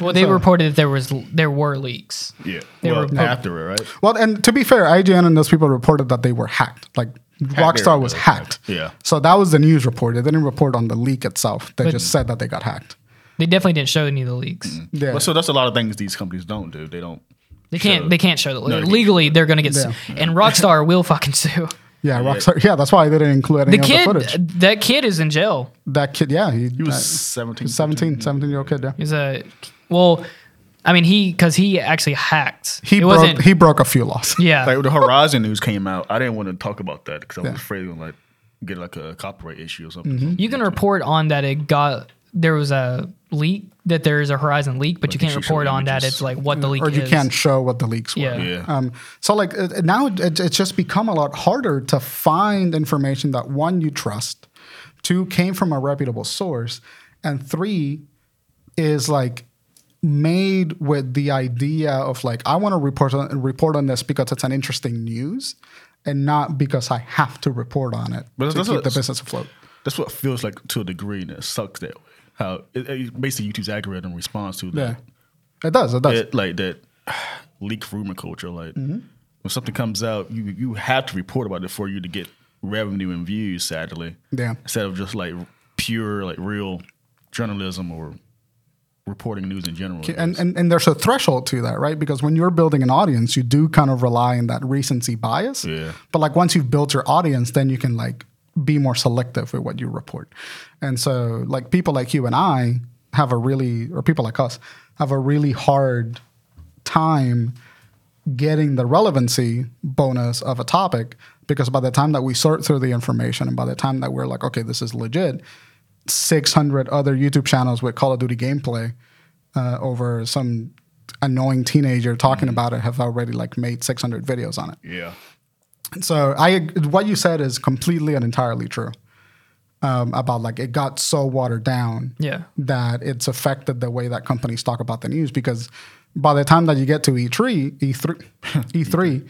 Speaker 1: Well, they reported that there was there were leaks.
Speaker 2: Yeah.
Speaker 1: They
Speaker 2: well,
Speaker 1: were-
Speaker 2: after it, right?
Speaker 3: Well, and to be fair, IGN and those people reported that they were hacked. Like,
Speaker 2: their-
Speaker 3: Rockstar was hacked.
Speaker 2: Yeah.
Speaker 3: So that was the news report. They didn't report on the leak itself. They just said that they got hacked.
Speaker 1: They definitely didn't show any of the leaks.
Speaker 3: Yeah.
Speaker 2: Well, so that's a lot of things these companies don't do. They don't.
Speaker 1: They can't.
Speaker 2: show-
Speaker 1: They can't show the
Speaker 2: they can't
Speaker 1: legally. They're gonna get sued. and Rockstar will fucking sue.
Speaker 3: yeah, Rockstar. Yeah, that's why I didn't include any
Speaker 1: The
Speaker 3: of
Speaker 1: kid, uh,
Speaker 3: the footage.
Speaker 1: that kid is in jail.
Speaker 3: That kid, yeah. He,
Speaker 2: He was
Speaker 3: that-
Speaker 2: 17.
Speaker 3: 17, 17 year old kid, yeah.
Speaker 1: He's a well, I mean he because he actually hacked.
Speaker 3: He
Speaker 1: it
Speaker 3: broke,
Speaker 1: wasn't.
Speaker 3: he broke a few laws.
Speaker 1: yeah,
Speaker 2: Like when the Horizon news came out, I didn't want to talk about that because I was afraid of like get like a copyright issue or something.
Speaker 3: Mm-hmm.
Speaker 1: you can report on that it got there was a leak that there is a Horizon leak, but you
Speaker 2: Like, you
Speaker 1: can't
Speaker 2: show
Speaker 1: report on that.
Speaker 2: images.
Speaker 1: It's like what the leak
Speaker 3: or you
Speaker 1: is.
Speaker 3: can't show what the leaks were.
Speaker 1: Yeah.
Speaker 2: Yeah.
Speaker 3: Um, so like uh, uh, now it, it's just become a lot harder to find information that one you trust, two came from a reputable source, and three is like made with the idea of like I want to report on report on this because it's an interesting news, and not because I have to report on it
Speaker 2: But
Speaker 3: to
Speaker 2: that's
Speaker 3: keep
Speaker 2: what-
Speaker 3: the business afloat.
Speaker 2: That's what it feels like to a degree, and it sucks that way. How it, it- basically YouTube's algorithm responds to
Speaker 3: Yeah,
Speaker 2: that,
Speaker 3: it does. It does.
Speaker 2: that like that leak rumor culture. Like when something comes out, you you have to report about it for you to get revenue and views. Sadly,
Speaker 3: Yeah.
Speaker 2: Instead of just like pure like real journalism or reporting news in general. I
Speaker 3: and, and and there's a threshold to that, right? Because when you're building an audience, you do kind of rely on that recency bias.
Speaker 2: Yeah.
Speaker 3: But like once you've built your audience, then you can like be more selective with what you report. And so like people like you and I have a really or people like us have a really hard time getting the relevancy bonus of a topic because by the time that we sort through the information and by the time that we're like okay this is legit 600 other youtube channels with call of duty gameplay uh, over some annoying teenager talking about it have already like made 600 videos on it
Speaker 2: yeah.
Speaker 3: so I, what you said is completely and entirely true um, about like it got so watered down
Speaker 1: Yeah.
Speaker 3: that it's affected the way that companies talk about the news because by the time that you get to E E3, E3, E3,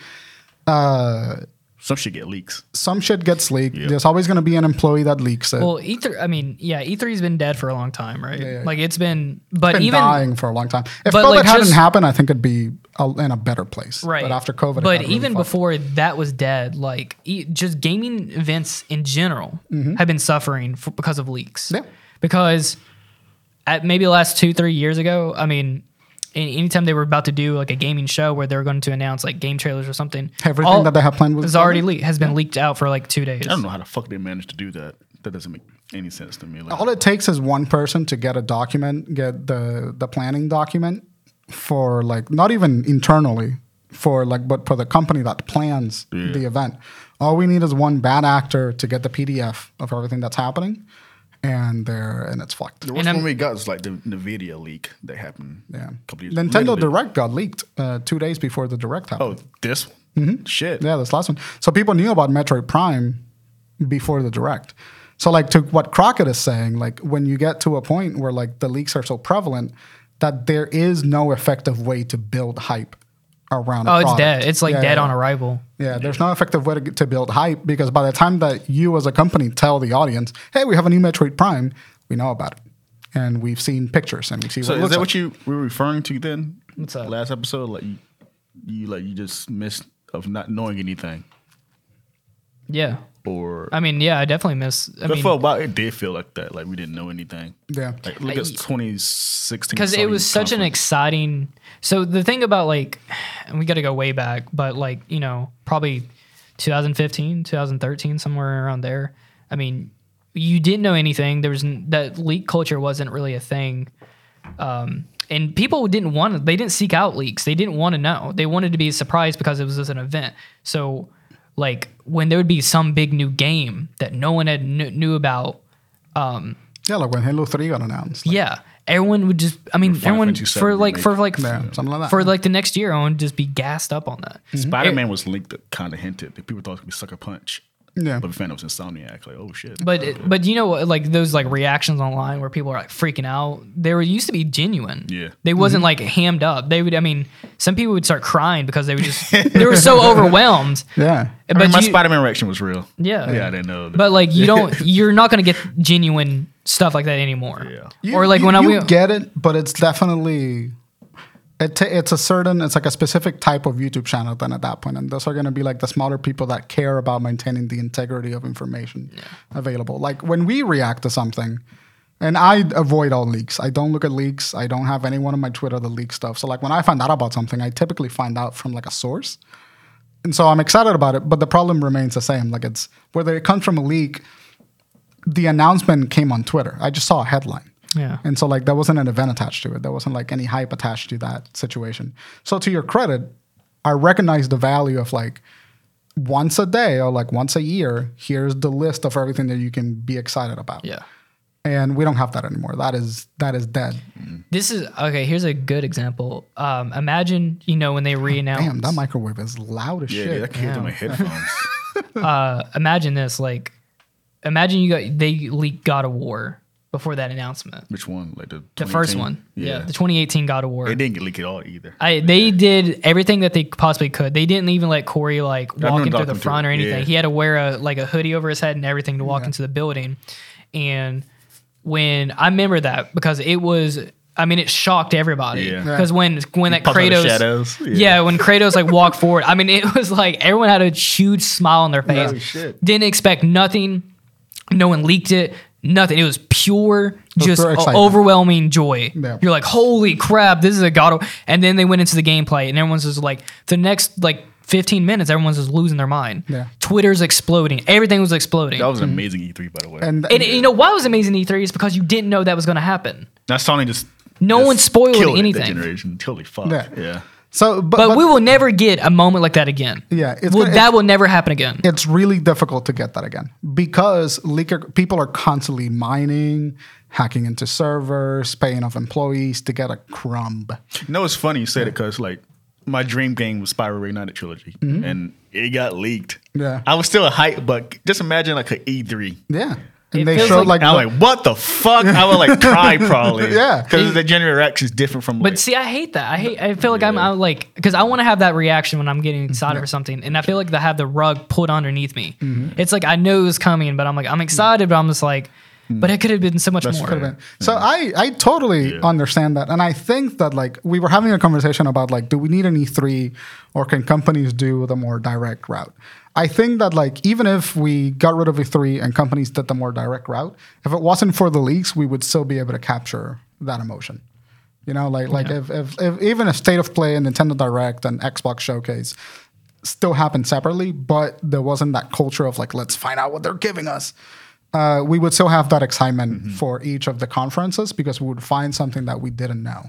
Speaker 2: Some shit get leaks.
Speaker 3: some shit gets leaked. There's always going to be an employee that leaks it.
Speaker 1: Well, E3. I mean, yeah, E3's been dead for a long time, right?
Speaker 3: yeah.
Speaker 1: Like it's been, but
Speaker 3: been
Speaker 1: even
Speaker 3: dying for a long time. If
Speaker 1: but,
Speaker 3: COVID
Speaker 1: like,
Speaker 3: hadn't
Speaker 1: just-
Speaker 3: happened, I think it'd be a, in a better place.
Speaker 1: right
Speaker 3: But after COVID, it
Speaker 1: but
Speaker 3: got really
Speaker 1: even
Speaker 3: fucked.
Speaker 1: before that was dead like e- just gaming events in general have been suffering f because of leaks
Speaker 3: Mm-hmm. Yeah.
Speaker 1: because at maybe the last two three years ago i mean an- anytime they were about to do like a gaming show where they were going to announce like game trailers or something
Speaker 3: Everything that they had planned was
Speaker 1: was already
Speaker 3: covered?
Speaker 1: leaked has been leaked out for like two days
Speaker 2: I don't know how the fuck they managed to do that. That doesn't make any sense to me. Like,
Speaker 3: all it takes is one person to get a document, get the the planning document for like not even internally for like but for the company that plans the event. All we need is one bad actor to get the PDF of everything that's happening, and there and it's fucked.
Speaker 2: the worst
Speaker 1: I'm-
Speaker 2: one we got was like the Nvidia leak that happened.
Speaker 3: Yeah.
Speaker 2: a couple years-
Speaker 3: Nintendo
Speaker 2: literally-
Speaker 3: Direct got leaked uh, two days before the Direct happened.
Speaker 2: Oh, this one? Shit.
Speaker 3: Yeah, this last one. So people knew about Metroid Prime before the Direct. So like to what Crockett is saying, like when you get to a point where like the leaks are so prevalent that there is no effective way to build hype around. a
Speaker 1: oh it's
Speaker 3: product.
Speaker 1: dead it's like
Speaker 3: Yeah,
Speaker 1: dead
Speaker 3: yeah,
Speaker 1: on
Speaker 3: yeah.
Speaker 1: arrival
Speaker 3: Yeah, there's no effective way to, get- to build hype because by the time that you as a company tell the audience, "Hey, we have a new Metroid Prime," we know about it, and we've seen pictures and we see
Speaker 2: So
Speaker 3: what it
Speaker 2: is
Speaker 3: looks
Speaker 2: that
Speaker 3: like.
Speaker 2: what you were referring to then?
Speaker 1: What's that?
Speaker 2: Last episode, like you, you like you just missed of not knowing anything,
Speaker 1: yeah
Speaker 2: or
Speaker 1: i mean yeah i definitely miss i
Speaker 2: but
Speaker 1: mean
Speaker 2: for a while it did feel like that, like we didn't know anything.
Speaker 3: Yeah.
Speaker 2: Like, look at 2016
Speaker 1: because it
Speaker 2: Sony
Speaker 1: was such an
Speaker 2: conference.
Speaker 1: exciting so the thing about like and we got to go way back but like you know probably 2015 2013 somewhere around there i mean you didn't know anything there was n- that leak culture wasn't really a thing um, and people didn't want to, they didn't seek out leaks they didn't want to know they wanted to be surprised because it was just an event so like when there would be some big new game that no one had kn- knew about
Speaker 3: yeah, like when Halo Three got announced. like,
Speaker 1: yeah everyone would just i mean
Speaker 2: Final
Speaker 1: everyone
Speaker 2: Fantasy
Speaker 1: for
Speaker 2: VII
Speaker 1: like for like
Speaker 3: Yeah, something like that. Mm.
Speaker 1: for like the next year, I would just be gassed up on that.
Speaker 2: Spider Man was linked that kind of hinted. that People thought it was gonna be Sucker Punch.
Speaker 3: Yeah.
Speaker 2: But we found it was Insomniac. Like, oh shit.
Speaker 1: But but you know what, like those like reactions online where people are like freaking out. They were used to be genuine.
Speaker 2: Yeah.
Speaker 1: they
Speaker 3: Mm-hmm.
Speaker 1: wasn't like hammed up. They would. I mean, some people would start crying because they would just they were so overwhelmed.
Speaker 3: yeah.
Speaker 2: I mean,
Speaker 1: But
Speaker 2: my
Speaker 1: you,
Speaker 2: Spider Man reaction was real.
Speaker 1: Yeah.
Speaker 2: Yeah, I didn't know. That.
Speaker 1: but like you don't, you're not gonna get genuine stuff like that anymore.
Speaker 2: Yeah.
Speaker 3: You-
Speaker 1: or like
Speaker 3: you-
Speaker 1: when I
Speaker 3: you
Speaker 1: we,
Speaker 3: get it, but it's definitely it ta- it's a certain it's like a specific type of YouTube channel then at that point, and those are going to be like the smaller people that care about maintaining the integrity of information available. Like when we react to something, and I avoid all leaks. I don't look at leaks. I don't have anyone on my Twitter that leaks stuff. So like when I find out about something, I typically find out from like a source. And so I'm excited about it, but the problem remains the same. Like it's whether it comes from a leak, the announcement came on Twitter. I just saw a headline.
Speaker 1: Yeah.
Speaker 3: And so like there wasn't an event attached to it. There wasn't like any hype attached to that situation. So to your credit, I recognize the value of like once a day or like once a year, here's the list of everything that you can be excited about.
Speaker 1: yeah.
Speaker 3: And we don't have that anymore. That is that is dead.
Speaker 1: This is okay. Here's a good example. Um, imagine you know when they re-announce.
Speaker 3: Damn, that microwave is loud as
Speaker 2: yeah,
Speaker 3: shit.
Speaker 2: dude, I can hear it through my headphones.
Speaker 1: uh, imagine this like imagine you got they leaked god of war before that announcement
Speaker 2: Which one? Like the
Speaker 1: the first
Speaker 2: 2018?
Speaker 1: one yeah.
Speaker 2: Yeah.
Speaker 1: the 2018 god of
Speaker 2: It
Speaker 1: war
Speaker 2: didn't get leaked at all either.
Speaker 1: I, they did everything that they possibly could they didn't even let corey like walk
Speaker 2: remember
Speaker 1: him through
Speaker 2: talking
Speaker 1: the
Speaker 2: to
Speaker 1: front or
Speaker 2: him,
Speaker 1: anything
Speaker 2: yeah.
Speaker 1: he had to wear a like a hoodie over his head and everything to walk into the building and when i remember that because it was i mean it shocked everybody
Speaker 2: Yeah.
Speaker 1: because when when that
Speaker 2: popped out of
Speaker 1: kratos
Speaker 2: shadows,
Speaker 1: yeah.
Speaker 2: yeah.
Speaker 1: when kratos like walked forward i mean it was like everyone had a huge smile on their face
Speaker 2: Oh, shit.
Speaker 1: didn't expect nothing. No one leaked it. Nothing. It was pure, just
Speaker 3: pure
Speaker 1: o-
Speaker 3: excitement.
Speaker 1: overwhelming joy.
Speaker 3: Yeah.
Speaker 1: You're like, holy crap, this is a god. of-" And then they went into the gameplay, and everyone's just like, the next like 15 minutes, everyone's just losing their mind.
Speaker 3: Yeah.
Speaker 1: Twitter's exploding. Everything was exploding.
Speaker 2: That was an amazing E3, by the way.
Speaker 3: And,
Speaker 1: Mm-hmm. and you know why it was amazing E3 is because you didn't know that was going to happen.
Speaker 2: Now Sony just
Speaker 1: No
Speaker 2: just
Speaker 1: one spoiled
Speaker 2: killed it,
Speaker 1: anything.
Speaker 2: That generation totally fucked.
Speaker 3: Yeah.
Speaker 2: Yeah.
Speaker 3: so but,
Speaker 1: But,
Speaker 3: but
Speaker 1: we will never get a moment like that again.
Speaker 3: Yeah, it's
Speaker 1: well,
Speaker 3: gonna-
Speaker 1: that will never happen again.
Speaker 3: it's really difficult to get that again because leaker people are constantly mining, hacking into servers, paying off employees to get a crumb.
Speaker 2: You know, it's funny you said it because like my dream game was Spyro Reignited trilogy, and it got leaked.
Speaker 3: Mm-hmm. Yeah.
Speaker 2: I was still a hype, but just imagine like an E3.
Speaker 3: Yeah, and
Speaker 1: It
Speaker 3: they
Speaker 1: feels
Speaker 3: showed like,
Speaker 1: like-
Speaker 2: And I'm like, what the fuck? I would like cry probably.
Speaker 3: Yeah. E
Speaker 2: because the general reaction is different from.
Speaker 1: But
Speaker 2: like,
Speaker 1: see, I hate that. I hate. I feel like I'm, I'm like because I want to have that reaction when I'm getting excited for something, and I feel like they have the rug pulled underneath me. It's like I know it's coming, but I'm like I'm excited, but I'm just like but it could have been so much more.
Speaker 3: Could've been. So I, I totally
Speaker 2: Yeah.
Speaker 3: understand that. And I think that like we were having a conversation about like, do we need an E3 or can companies do the more direct route? I think that like even if we got rid of E3 and companies did the more direct route, if it wasn't for the leaks, we would still be able to capture that emotion. You know, like like if, if, if even a state of play and Nintendo Direct and Xbox Showcase still happened separately, but there wasn't that culture of like let's find out what they're giving us. Uh, we would still have that excitement for each of the conferences because we would find something that we didn't know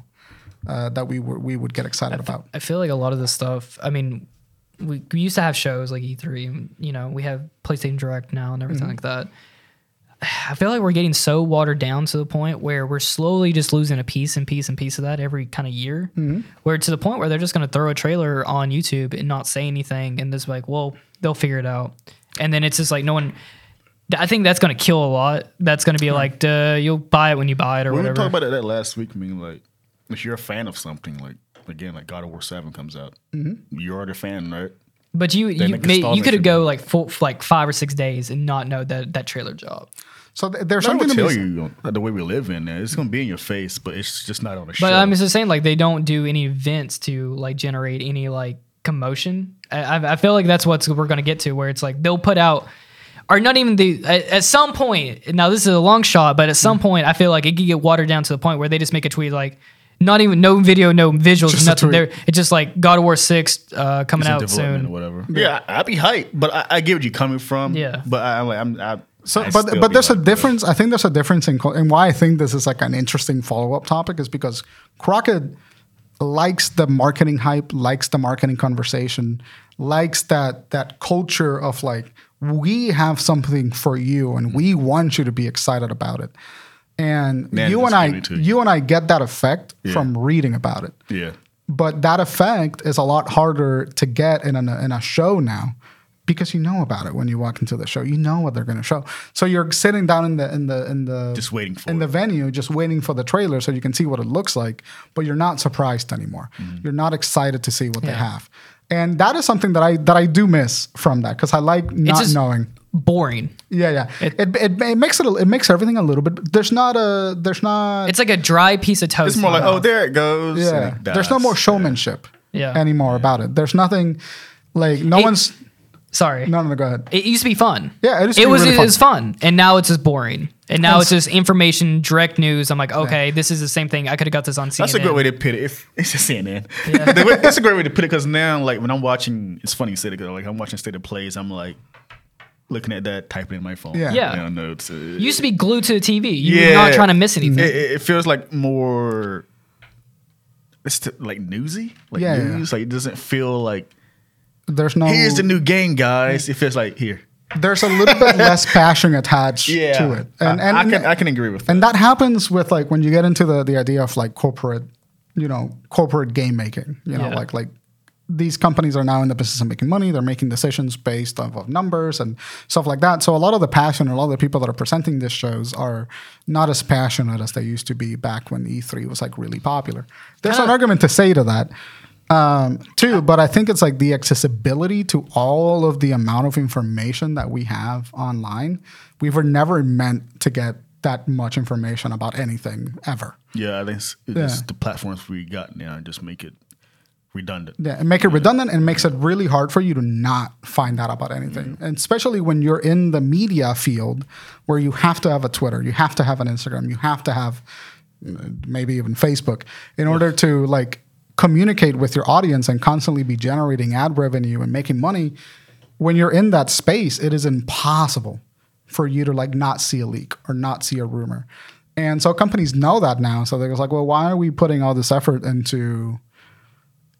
Speaker 3: uh, that we were we would get excited about.
Speaker 1: I feel like a lot of this stuff. I mean, we, we used to have shows like E3, and, you know, we have PlayStation Direct now and everything like that. I feel like we're getting so watered down to the point where we're slowly just losing a piece and piece and piece of that every kind of year. Where to the point where they're just going to throw a trailer on YouTube and not say anything, and just like, well, they'll figure it out. And then it's just like no one. I think that's going to kill a lot. That's going to be like, duh, you'll buy it when you buy it or
Speaker 2: We were
Speaker 1: whatever.
Speaker 2: talking about that last week. I mean, like, if you're a fan of something, like again, like God of War Seven comes out,
Speaker 3: Mm-hmm.
Speaker 2: you're already a fan, right?
Speaker 1: But you you,
Speaker 2: make
Speaker 1: may, you
Speaker 2: installments
Speaker 1: could
Speaker 2: and-
Speaker 1: go like full, like five or six days and not know that that trailer job.
Speaker 3: So th- there's
Speaker 2: I'm
Speaker 3: something
Speaker 2: gonna
Speaker 3: to
Speaker 2: tell
Speaker 3: be.
Speaker 2: you uh, the way we live in. uh, It's gonna be in your face, but it's just not on a show.
Speaker 1: But I'm just saying like they don't do any events to like generate any like commotion. I, I I feel like that's what we're gonna get to where it's like they'll put out or not even the at, at some point. Now this is a long shot, but at some point I feel like it could get watered down to the point where they just make a tweet like. Not even no video, no visuals,
Speaker 3: Just a
Speaker 1: nothing.
Speaker 3: tweet.
Speaker 1: There, it's just like God of War Six uh, coming
Speaker 2: it's in
Speaker 1: out
Speaker 2: development or
Speaker 1: soon.
Speaker 2: whatever. Yeah, I, I'd be hyped, but I, I get where you're coming from.
Speaker 1: Yeah.
Speaker 2: but I, I'm like, I'm. I,
Speaker 3: So,
Speaker 2: I'd
Speaker 3: but
Speaker 2: still
Speaker 3: but
Speaker 2: be
Speaker 3: there's a
Speaker 2: like,
Speaker 3: difference. I think there's a difference in co- and why I think this is like an interesting follow up topic is because Crockett likes the marketing hype, likes the marketing conversation, likes that that culture of like we have something for you and we want you to be excited about it. And
Speaker 2: Mm-hmm. Man,
Speaker 3: you
Speaker 2: it's
Speaker 3: and I,
Speaker 2: really too-
Speaker 3: you and I get that effect from reading about it
Speaker 2: Yeah,
Speaker 3: but that effect is a lot harder to get in a, in a show now because you know about it when you walk into the show you know what they're going to show so you're sitting down in the in the in the
Speaker 2: Just waiting for
Speaker 3: in the
Speaker 2: it.
Speaker 3: venue just waiting for the trailer so you can see what it looks like but you're not surprised anymore
Speaker 2: Mm-hmm.
Speaker 3: you're not excited to see what they have and that is something that i that i do miss from that because i like not
Speaker 1: just-
Speaker 3: knowing
Speaker 1: Boring.
Speaker 3: yeah yeah it it, it, makes it a- it makes everything a little bit there's not a there's not
Speaker 1: It's like a dry piece of toast.
Speaker 2: it's more like, oh, there it goes.
Speaker 3: yeah.
Speaker 2: and it
Speaker 3: There's no
Speaker 2: dies.
Speaker 3: more showmanship
Speaker 1: Yeah.
Speaker 3: anymore about it. There's nothing like no
Speaker 1: It-
Speaker 3: one's
Speaker 1: sorry.
Speaker 3: no no no go ahead.
Speaker 1: It used to be fun.
Speaker 3: Yeah, it used to
Speaker 1: it
Speaker 3: be
Speaker 1: was
Speaker 3: really
Speaker 1: it
Speaker 3: fun.
Speaker 1: was fun, and now it's just boring. And now
Speaker 3: And
Speaker 1: it's just information, direct news. I'm like, okay, this is the same thing. I could have got this on CNN.
Speaker 2: That's a great way to put it. It's, it's a CNN. The way- That's a great way to put it because now, like when I'm watching, it's funny you say that. 'cause, Like I'm watching state of plays, I'm like looking at that, typing in my phone.
Speaker 3: Yeah.
Speaker 1: Yeah.
Speaker 2: You know, notes. uh,
Speaker 1: You used to be glued to the TV. You were not
Speaker 2: Yeah.
Speaker 1: trying to miss
Speaker 3: Mm-hmm.
Speaker 1: anything.
Speaker 2: it, it- it feels like more. It's t- like newsy, like
Speaker 3: Yeah, Oh. yeah, yeah.
Speaker 2: news. Like it doesn't feel like
Speaker 3: There's no
Speaker 2: here's the new game, guys. It feels like here.
Speaker 3: there's a little bit less passion attached
Speaker 2: Yeah,
Speaker 3: to it. And
Speaker 2: I-
Speaker 3: and,
Speaker 2: I can I can agree with that.
Speaker 3: and that happens with like when you get into the the idea of like corporate, you know, corporate game making, you know,
Speaker 1: Yeah.
Speaker 3: like like these companies are now in the business of making money. They're making decisions based off of numbers and stuff like that. So a lot of the passion, a lot of the people that are presenting these shows are not as passionate as they used to be back when E3 was like really popular. There's an
Speaker 1: Kinda-
Speaker 3: argument to say to that um, too, but I think it's like the accessibility to all of the amount of information that we have online. We were never meant to get that much information about anything ever.
Speaker 2: Yeah, I think it's, it's just the platforms we got now just make it redundant.
Speaker 3: Yeah, and make it redundant and makes it really hard for you to not find out about anything. And especially when you're in the media field where you have to have a Twitter, you have to have an Instagram, you have to have uh, maybe even Facebook in order to like communicate with your audience and constantly be generating ad revenue and making money. When you're in that space, it is impossible for you to like not see a leak or not see a rumor. And so companies know that now. So they're just like, well, why are we putting all this effort into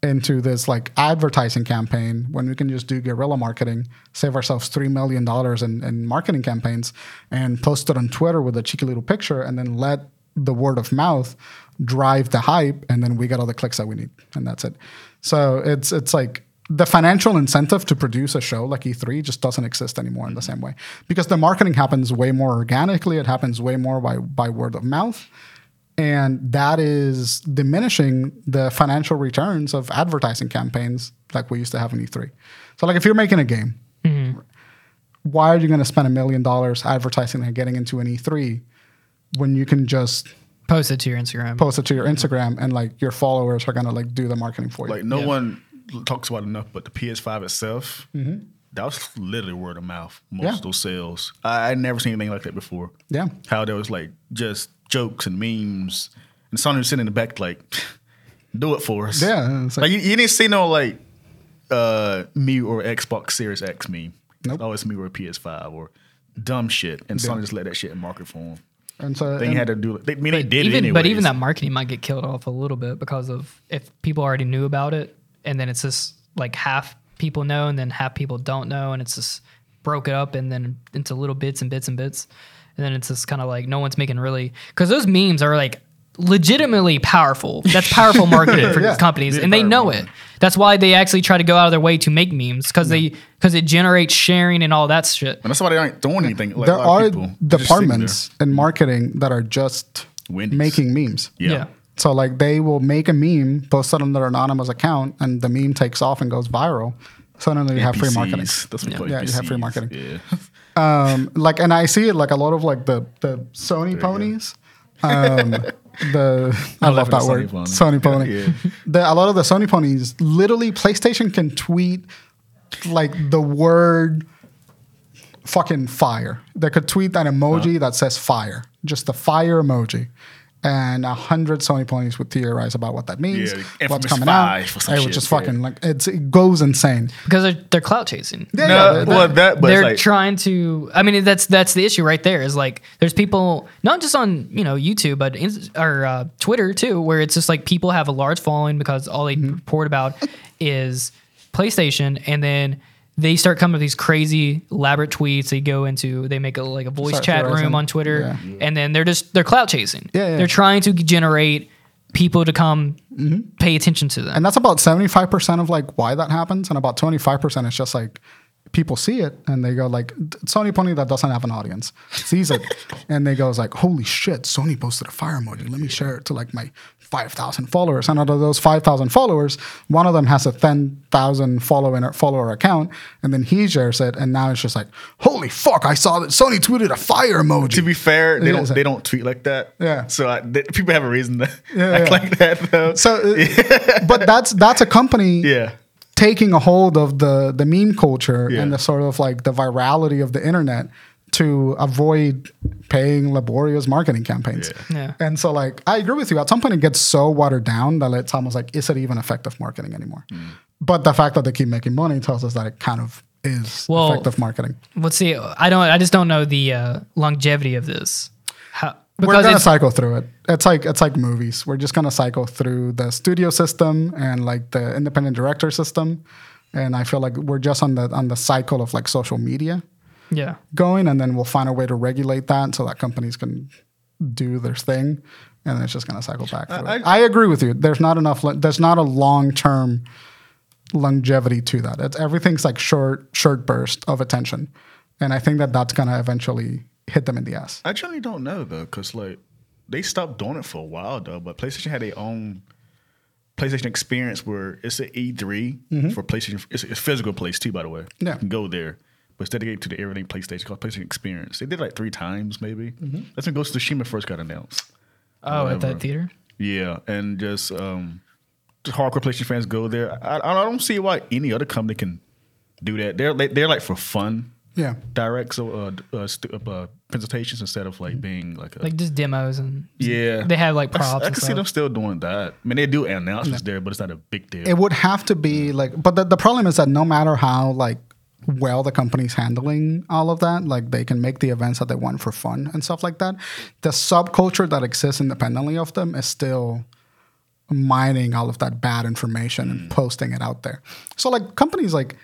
Speaker 3: into this like advertising campaign when we can just do guerrilla marketing, save ourselves three million dollars in, in marketing campaigns, and post it on Twitter with a cheeky little picture, and then let the word of mouth drive the hype, and then we get all the clicks that we need, and that's it. So it's it's like the financial incentive to produce a show like E3 just doesn't exist anymore in the same way because the marketing happens way more organically. It happens way more by by word of mouth and that is diminishing the financial returns of advertising campaigns like we used to have in E3. So, like, if you're making a game, why are you going to spend a million dollars advertising and getting into an E3 when you can just
Speaker 1: Post it to your Instagram.
Speaker 3: post it to your Instagram and like your followers are gonna like do the marketing for you.
Speaker 2: Like no
Speaker 1: Yeah.
Speaker 2: one talks about it enough, but the PS5 itself, that was literally word of mouth. Most
Speaker 3: Mm-hmm. Yeah.
Speaker 2: of those sales, I I'd never seen anything like that before.
Speaker 3: Yeah.
Speaker 2: how there was like just jokes and memes, and Sony was sitting in the back like, do it for us.
Speaker 3: Yeah, it's
Speaker 2: like, you, you didn't see no like uh me or Xbox Series X meme. Oh,
Speaker 3: Nope.
Speaker 2: It's always me or PS5 or dumb shit, and Sony just let that shit in market form.
Speaker 3: And so
Speaker 2: They
Speaker 3: and-
Speaker 2: had to do it. They, I mean, they did
Speaker 1: even
Speaker 2: it
Speaker 1: but even
Speaker 2: anyways.
Speaker 1: that marketing might get killed off a little bit because of if people already knew about it and then it's just like half people know and then half people don't know and it's just broke it up and then into little bits and bits and bits and then it's just kind of like no one's making really because those memes are like legitimately powerful that's powerful marketing for
Speaker 3: Yeah.
Speaker 1: companies
Speaker 2: Yeah,
Speaker 1: and they
Speaker 2: powerful
Speaker 1: know
Speaker 2: marketing.
Speaker 1: it that's why they actually try to go out of their way to make memes because they because it generates sharing and all that shit
Speaker 2: And that's why they ain't throwing anything. Like,
Speaker 3: there
Speaker 2: a lot
Speaker 3: are
Speaker 2: of people. They're just sitting there.
Speaker 3: departments in marketing that are just
Speaker 2: Wendy's.
Speaker 3: making memes.
Speaker 2: Yeah.
Speaker 3: So like they will make a meme, post it on their anonymous account, and the meme takes off and goes viral. Suddenly you have free
Speaker 2: PCs.
Speaker 3: marketing.
Speaker 2: That's what we call
Speaker 3: Yeah, you have free
Speaker 2: PCs.
Speaker 3: marketing.
Speaker 2: Yeah.
Speaker 3: Um, like and I see it like a lot of like the the Sony ponies. Um, the I, love
Speaker 2: love
Speaker 3: that
Speaker 2: the Sony
Speaker 3: word
Speaker 2: pony.
Speaker 3: Sony pony.
Speaker 2: Yeah, yeah.
Speaker 3: The, a lot of the Sony ponies literally PlayStation can tweet like the word fucking fire. They could tweet an emoji that says fire, just the fire emoji. And a hundred Sony ponies would theorize about what that means,
Speaker 2: Yeah,
Speaker 3: what's
Speaker 2: infamous
Speaker 3: coming
Speaker 2: five
Speaker 3: out.
Speaker 2: or some
Speaker 3: It would
Speaker 2: shit,
Speaker 3: just
Speaker 2: yeah.
Speaker 3: fucking like it's, it goes insane.
Speaker 1: because they're, they're clout chasing
Speaker 2: No,
Speaker 3: yeah,
Speaker 2: well, that, but
Speaker 1: they're
Speaker 2: it's like,
Speaker 1: trying to. I mean, that's that's the issue right there. Is like there's people not just on you know YouTube, but in, or uh, Twitter too, where it's just like people have a large following because all they
Speaker 3: Mm-hmm.
Speaker 1: report about is PlayStation, and then they start coming with these crazy elaborate tweets. They go into they make a, like a voice
Speaker 3: Start
Speaker 1: chat room
Speaker 3: theorizing.
Speaker 1: on Twitter,
Speaker 3: Yeah.
Speaker 1: and then they're just they're clout chasing.
Speaker 3: Yeah, yeah.
Speaker 1: they're trying to generate people to come
Speaker 3: Mm-hmm.
Speaker 1: pay attention to them.
Speaker 3: and that's about 75% of like why that happens and about 25% is just like people see it and they go like sony pony that doesn't have an audience sees it and they goes like holy shit sony posted a fire emoji let me share it to like my 5000 followers and out of those 5000 followers one of them has a 10000 follower follower account and then he shares it and now it's just like holy fuck i saw that sony tweeted a fire emoji
Speaker 2: to be fair, they
Speaker 3: Yeah,
Speaker 2: don't
Speaker 3: it's like-
Speaker 2: they don't tweet like that.
Speaker 3: Yeah.
Speaker 2: So I, th- people have a reason to
Speaker 3: Yeah,
Speaker 2: act
Speaker 3: yeah.
Speaker 2: like that though.
Speaker 3: so uh, but that's that's a company
Speaker 2: yeah.
Speaker 3: taking a hold of the the meme culture
Speaker 2: Yeah.
Speaker 3: and the sort of like the virality of the internet to avoid paying laborious marketing campaigns.
Speaker 2: Yeah.
Speaker 1: Yeah.
Speaker 3: And so like I agree with you. At some point it gets so watered down that it's almost like is it even effective marketing anymore?
Speaker 2: Mm.
Speaker 3: But the fact that they keep making money tells us that it kind of is
Speaker 1: Well-
Speaker 3: effective marketing.
Speaker 1: Let's see. I don't. I just don't know the uh, longevity of this. How,
Speaker 3: We're gonna
Speaker 1: it's-
Speaker 3: cycle through it. It's like it's like movies. We're just gonna cycle through the studio system and like the independent director system. And I feel like we're just on the on the cycle of like social media.
Speaker 1: yeah.
Speaker 3: going, and then we'll find a way to regulate that so that companies can do their thing, and then it's just going to cycle back. through
Speaker 2: I-
Speaker 3: it. I agree with you. There's not enough. lo- There's not a long term longevity to that. It's, everything's like short short burst of attention, and I think that that's going to eventually hit them in the ass.
Speaker 2: I generally don't know though, because like they stopped doing it for a while though. But PlayStation had their own PlayStation experience where it's an E3 for PlayStation. It's a physical place too, by the way.
Speaker 3: Mm-hmm. Yeah.
Speaker 2: You can go there, but it's dedicated to the everything PlayStation called PlayStation Experience. They did it like three times maybe.
Speaker 3: Mm-hmm.
Speaker 2: That's when Ghost of Tsushima first got announced.
Speaker 1: Oh, at
Speaker 2: Whatever.
Speaker 1: that theater.
Speaker 2: Yeah, and just um, just hardcore PlayStation fans go there. I, I don't see why any other company can do that. They're they, they're like for fun,
Speaker 3: Yeah.
Speaker 2: direct so uh, d- uh, stu- uh presentations instead of like being like a
Speaker 1: Like just demos and
Speaker 2: yeah.
Speaker 1: They have, like,
Speaker 2: I s-
Speaker 1: props
Speaker 2: I,
Speaker 1: and
Speaker 2: can see
Speaker 1: stuff.
Speaker 2: them still doing that. I mean, they do announcements there, but it's not a big deal.
Speaker 3: It would have to be like, but the, the problem is that no matter how like well the company's handling all of that, like they can make the events that they want for fun and stuff like that. The subculture that exists independently of them is still mining all of that bad information
Speaker 2: Mm.
Speaker 3: and posting it out there. So like companies like,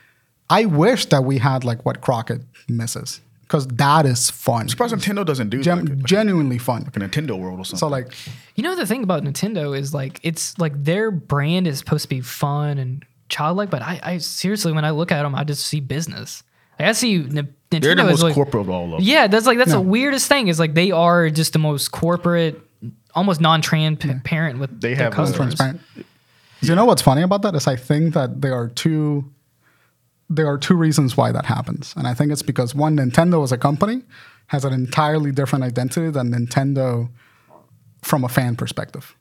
Speaker 3: I wish that we had like what Crockett misses because that is fun,
Speaker 2: surprised Nintendo doesn't do
Speaker 3: Gen-
Speaker 2: that. Like,
Speaker 3: genuinely fun.
Speaker 2: a Nintendo World or something.
Speaker 3: So like,
Speaker 1: You know the thing about Nintendo is like it's like their brand is supposed to be fun and childlike, but I, I seriously when I look at them, I just see business. Like I see N- Nintendo
Speaker 2: they're the
Speaker 1: is
Speaker 2: most
Speaker 1: like,
Speaker 2: corporate of all of them.
Speaker 1: Yeah, that's like that's the weirdest thing is like they are just the most corporate, almost non-transparent with
Speaker 2: They
Speaker 1: their
Speaker 2: have a-
Speaker 1: customers.
Speaker 3: transparent. You know what's funny about that is I think that there are two there are two reasons why that happens. And I think it's because one, Nintendo as a company has an entirely different identity than Nintendo from a fan perspective.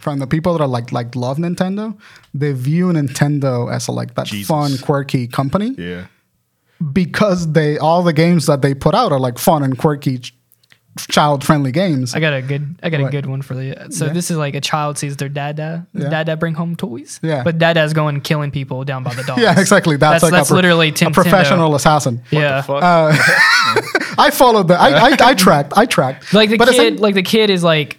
Speaker 3: From the people that are like like love Nintendo, they view Nintendo as a, like that
Speaker 2: Jesus.
Speaker 3: fun, quirky company
Speaker 2: Yeah.
Speaker 3: because they all the games that they put out are like fun and quirky, child friendly games.
Speaker 1: I got a good I got
Speaker 3: What?
Speaker 1: a good one for the so this is like a child sees their dada
Speaker 3: Yeah.
Speaker 1: dada bring home toys
Speaker 3: Yeah.
Speaker 1: but dada's going killing people down by the dogs
Speaker 3: yeah, exactly.
Speaker 1: that's,
Speaker 3: That's, like
Speaker 1: that's
Speaker 3: a, pro-
Speaker 1: literally
Speaker 3: a
Speaker 1: Tim
Speaker 3: professional assassin.
Speaker 1: yeah Uh,
Speaker 2: Fuck.
Speaker 3: I followed that. I, I, I tracked. I tracked.
Speaker 1: like the
Speaker 3: But it's
Speaker 1: kid like the kid is like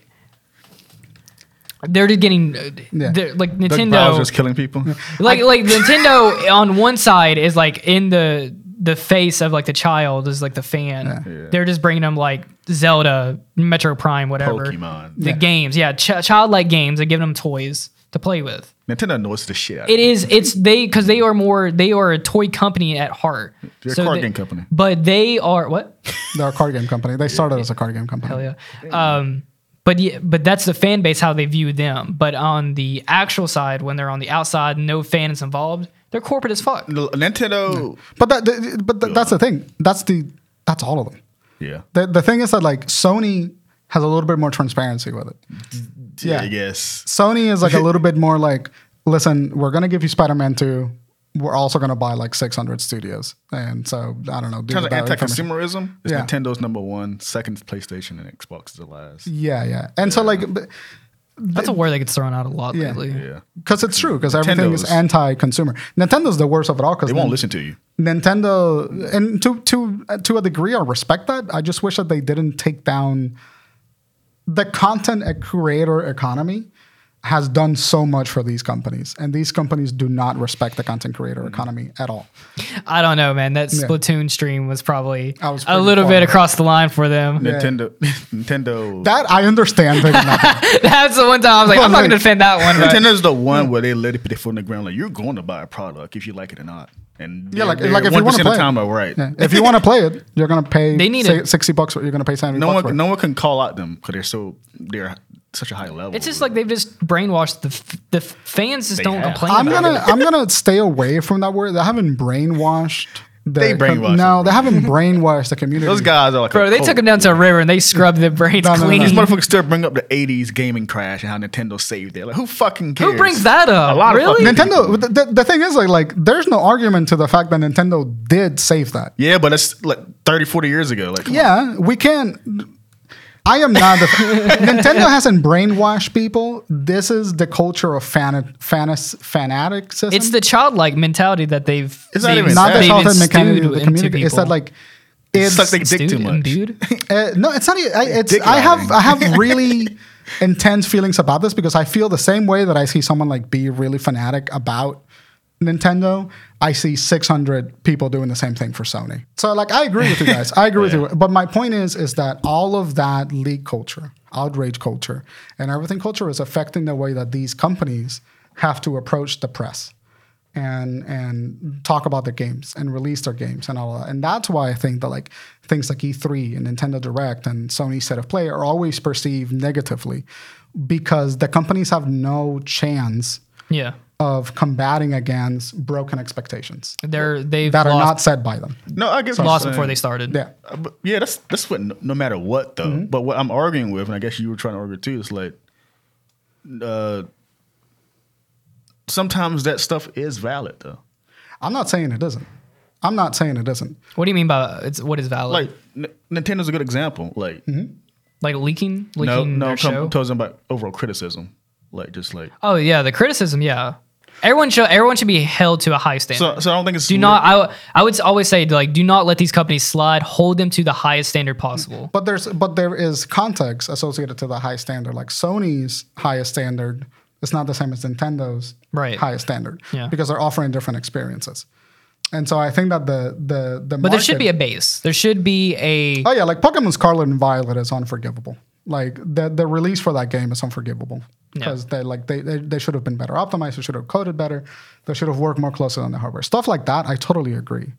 Speaker 1: they're just getting
Speaker 3: Yeah.
Speaker 1: they're, like
Speaker 2: Doug
Speaker 1: Nintendo
Speaker 2: Bowser's killing people.
Speaker 1: like like Nintendo on one side is like in the the face of like the child is like the fan.
Speaker 2: Yeah.
Speaker 1: They're just bringing them like Zelda, Metro Prime, whatever.
Speaker 2: Pokemon.
Speaker 1: The
Speaker 3: Yeah.
Speaker 1: games, yeah, ch- childlike games. They're giving them toys to play with.
Speaker 2: Nintendo knows the shit. out of
Speaker 1: It is it's they because they are more they are a toy company at heart.
Speaker 2: They're a card
Speaker 1: they-
Speaker 2: game company.
Speaker 1: But they are what?
Speaker 3: They're a card game company. They started as a card game company.
Speaker 1: Hell yeah. Um, but yeah, but that's the fan base how they view them. But on the actual side, when they're on the outside, no fans involved, they're corporate as fuck.
Speaker 2: N- Nintendo.
Speaker 3: But that, th- th- but th- that's the thing. That's the that's all of them.
Speaker 2: Yeah.
Speaker 3: The the thing is that like Sony has a little bit more transparency with it.
Speaker 2: Yeah.
Speaker 3: Yeah.
Speaker 2: Yes.
Speaker 3: Sony is like a little bit more like, listen, we're gonna give you Spider Man two. We're also gonna buy like six hundred studios, and so I don't know. do
Speaker 2: In terms of
Speaker 3: with that information.
Speaker 2: anti-consumerism, it's
Speaker 3: Yeah.
Speaker 2: Nintendo's number one, second is PlayStation, and Xbox is the last.
Speaker 3: Yeah, yeah, and so like,
Speaker 1: That's a word that gets thrown out a lot
Speaker 3: Yeah.
Speaker 1: lately.
Speaker 2: Yeah.
Speaker 3: because it's true, because everything is
Speaker 2: Nintendo's-
Speaker 3: anti-consumer. Nintendo's the worst of it all because
Speaker 2: They won't listen to you.
Speaker 3: Nintendo, and to to to a degree, I respect that. I just wish that they didn't take down the content e- creator economy has done so much for these companies, and these companies do not respect the content creator economy at all.
Speaker 1: I don't know, man. That
Speaker 3: Yeah.
Speaker 1: Splatoon stream was probably
Speaker 3: I was
Speaker 1: a
Speaker 3: pretty
Speaker 1: little
Speaker 3: far
Speaker 1: bit
Speaker 3: away.
Speaker 1: across the line for them.
Speaker 2: Nintendo. Nintendo.
Speaker 3: That I understand. big enough.
Speaker 1: That's the one time I was like, I'm not
Speaker 3: Well,
Speaker 1: going to
Speaker 3: like-
Speaker 1: defend that one. But
Speaker 2: Nintendo's the one where they let it put their foot on the ground. Like you're going to buy a product if you like it or not. And
Speaker 3: yeah, like
Speaker 2: they're-
Speaker 3: like
Speaker 2: they're
Speaker 3: if you want to
Speaker 2: 100% of
Speaker 3: play,
Speaker 2: the time,
Speaker 3: it,
Speaker 2: are right.
Speaker 3: Yeah. If you want to play it, you're gonna pay.
Speaker 1: They need
Speaker 3: si-
Speaker 1: it.
Speaker 3: sixty bucks. You're gonna pay seventy.
Speaker 2: No
Speaker 3: bucks for it.
Speaker 2: one, no one can call out them because they're so they're such a high level.
Speaker 1: it's just like they've just brainwashed the f- the f- fans. Just
Speaker 2: They
Speaker 1: don't
Speaker 2: have.
Speaker 1: complain.
Speaker 3: I'm
Speaker 1: about
Speaker 3: gonna
Speaker 1: it.
Speaker 3: I'm gonna stay away from that word. They haven't brainwashed. The
Speaker 2: They
Speaker 3: com-
Speaker 2: brainwashed
Speaker 3: no,
Speaker 2: them.
Speaker 3: they haven't brainwashed the community.
Speaker 2: those guys are like
Speaker 1: bro.
Speaker 2: a
Speaker 1: They
Speaker 2: cult.
Speaker 1: took them down to a river and they scrubbed their brains
Speaker 3: No, no, no, no.
Speaker 1: clean.
Speaker 2: These motherfuckers still bring up the '80s gaming crash and how Nintendo saved it. Like who fucking cares?
Speaker 1: Who brings that up?
Speaker 2: A lot of
Speaker 1: really?
Speaker 2: fucking-
Speaker 3: Nintendo. The, the, the thing is, like, like, there's no argument to the fact that Nintendo did save that.
Speaker 2: Yeah, but that's like 30, 40 years ago. Like come on.
Speaker 3: Yeah, we can. I am not. The, Nintendo hasn't brainwashed people. This is the culture of fan, fanis, fanaticism.
Speaker 1: it's the childlike mentality that they've.
Speaker 2: It's not
Speaker 1: they've-
Speaker 2: even
Speaker 3: not the
Speaker 2: that.
Speaker 1: they've
Speaker 3: health and
Speaker 1: instilled
Speaker 3: mechanics of the
Speaker 1: into
Speaker 3: community. It's
Speaker 1: people.
Speaker 3: that like
Speaker 2: It's
Speaker 3: it's
Speaker 2: like they dick too
Speaker 1: Instilled-
Speaker 2: much.
Speaker 1: imbued?
Speaker 3: Uh, no, it's not. e- I, it's
Speaker 2: Dick
Speaker 3: I have
Speaker 2: riding.
Speaker 3: I have really intense feelings about this because I feel the same way that I see someone like be really fanatic about Nintendo. I see 600 people doing the same thing for Sony. So like I agree with you guys. I agree with you. But my point is is that all of that league culture, outrage culture, and everything culture is affecting the way that these companies have to approach the press and and talk about their games and release their games and all that. And that's why I think that like things like E3 and Nintendo Direct and Sony State of Play are always perceived negatively because the companies have no chance
Speaker 1: Yeah,
Speaker 3: of combating against broken expectations
Speaker 1: they're they've
Speaker 3: that are not
Speaker 1: lost,
Speaker 3: set by them.
Speaker 2: No, I guess what
Speaker 1: lost
Speaker 2: you're
Speaker 1: before
Speaker 2: saying.
Speaker 1: they started.
Speaker 3: Yeah.
Speaker 2: Uh, but yeah, that's that's what no, no matter what though. But what I'm arguing with, and I guess you were trying to argue too, is like, uh, sometimes that stuff is valid though.
Speaker 3: I'm not saying it isn't. I'm not saying it isn't.
Speaker 1: What do you mean by it's what is valid?
Speaker 2: Like
Speaker 1: Like,
Speaker 2: N- Nintendo's a good example. Like
Speaker 1: leaking, leaking
Speaker 2: no,
Speaker 1: their
Speaker 2: no,
Speaker 1: show.
Speaker 2: I'm talking about overall criticism. Like just like
Speaker 1: Oh yeah, the criticism. Yeah, everyone should everyone should be held to a high standard.
Speaker 2: so. So I don't think it's
Speaker 1: do not. I w- I would always say like do not let these companies slide. Hold them to the highest standard possible.
Speaker 3: But there's but there is context associated to the high standard. Like Sony's highest standard is not the same as Nintendo's
Speaker 1: Right.
Speaker 3: highest standard.
Speaker 1: Yeah.
Speaker 3: Because they're offering different experiences. And so I think that the the the
Speaker 1: But there should be a base. There should be a.
Speaker 3: Oh yeah, like Pokemon Scarlet and Violet is unforgivable. Like the the release for that game is unforgivable because they like they they, they should have been better optimized. They should have coded better. They should have worked more closely on the hardware. Stuff like that, I totally agree.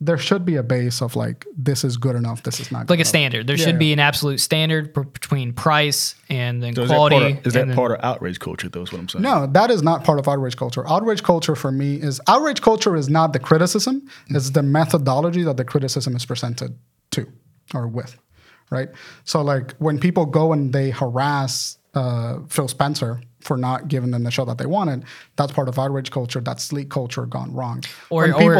Speaker 3: There should be a base of like this is good enough. This is not good
Speaker 1: Like a
Speaker 3: enough.
Speaker 1: standard, there
Speaker 3: Oh. Yeah,
Speaker 1: should
Speaker 3: yeah.
Speaker 1: be an absolute standard per- between price and then
Speaker 2: So is
Speaker 1: quality.
Speaker 2: That part of, is that
Speaker 1: and then-
Speaker 2: part of outrage culture though? Is what I'm saying.
Speaker 3: No, that is not part of outrage culture. Outrage culture for me is
Speaker 1: Mm.
Speaker 3: outrage culture is not the criticism, it's the methodology that the criticism is presented to. or with, right? So like when people go and they harass uh, Phil Spencer for not giving them the show that they wanted, that's part of outrage culture. That's sleek culture gone wrong.
Speaker 1: or
Speaker 3: When
Speaker 1: or,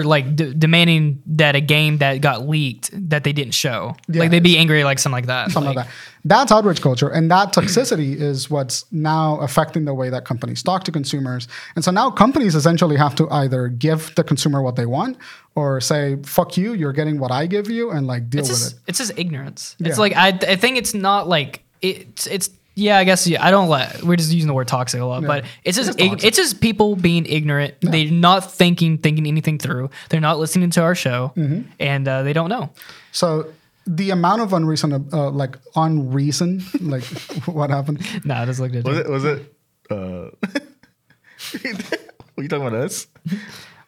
Speaker 1: or like d- demanding that a game that got leaked that they didn't show.
Speaker 3: Yeah.
Speaker 1: like they'd be angry like something like that.
Speaker 3: something like that. That's outrage culture, and that toxicity is what's now affecting the way that companies talk to consumers. And so now companies essentially have to either give the consumer what they want, or say "fuck you," you're getting what I give you, and like deal
Speaker 1: It's
Speaker 3: with
Speaker 1: just,
Speaker 3: it.
Speaker 1: it's just ignorance.
Speaker 3: Yeah.
Speaker 1: It's like I, I think it's not like it's it's yeah I guess yeah, I don't let we're just using the word toxic a lot, but it's just
Speaker 3: It's
Speaker 1: ig-
Speaker 3: toxic.
Speaker 1: it's just people being ignorant. They're not thinking thinking anything through. They're not listening to our show,
Speaker 3: Mm-hmm.
Speaker 1: and uh, they don't know.
Speaker 3: So the amount of unreason, uh, like unreason, like what happened?
Speaker 1: No, it doesn't look good.
Speaker 2: Was it? Was it? Uh, Were you talking about us?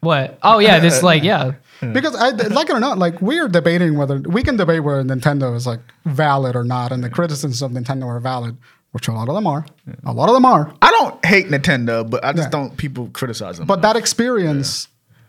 Speaker 1: What? Oh yeah, this like yeah.
Speaker 3: Because I like it or not, like we are debating whether we can debate whether Nintendo is like valid or not, and the criticisms of Nintendo are valid, which a lot of them are. A lot of them are.
Speaker 2: I don't hate Nintendo, but I just
Speaker 3: Yeah.
Speaker 2: don't people criticize them.
Speaker 3: But that experience,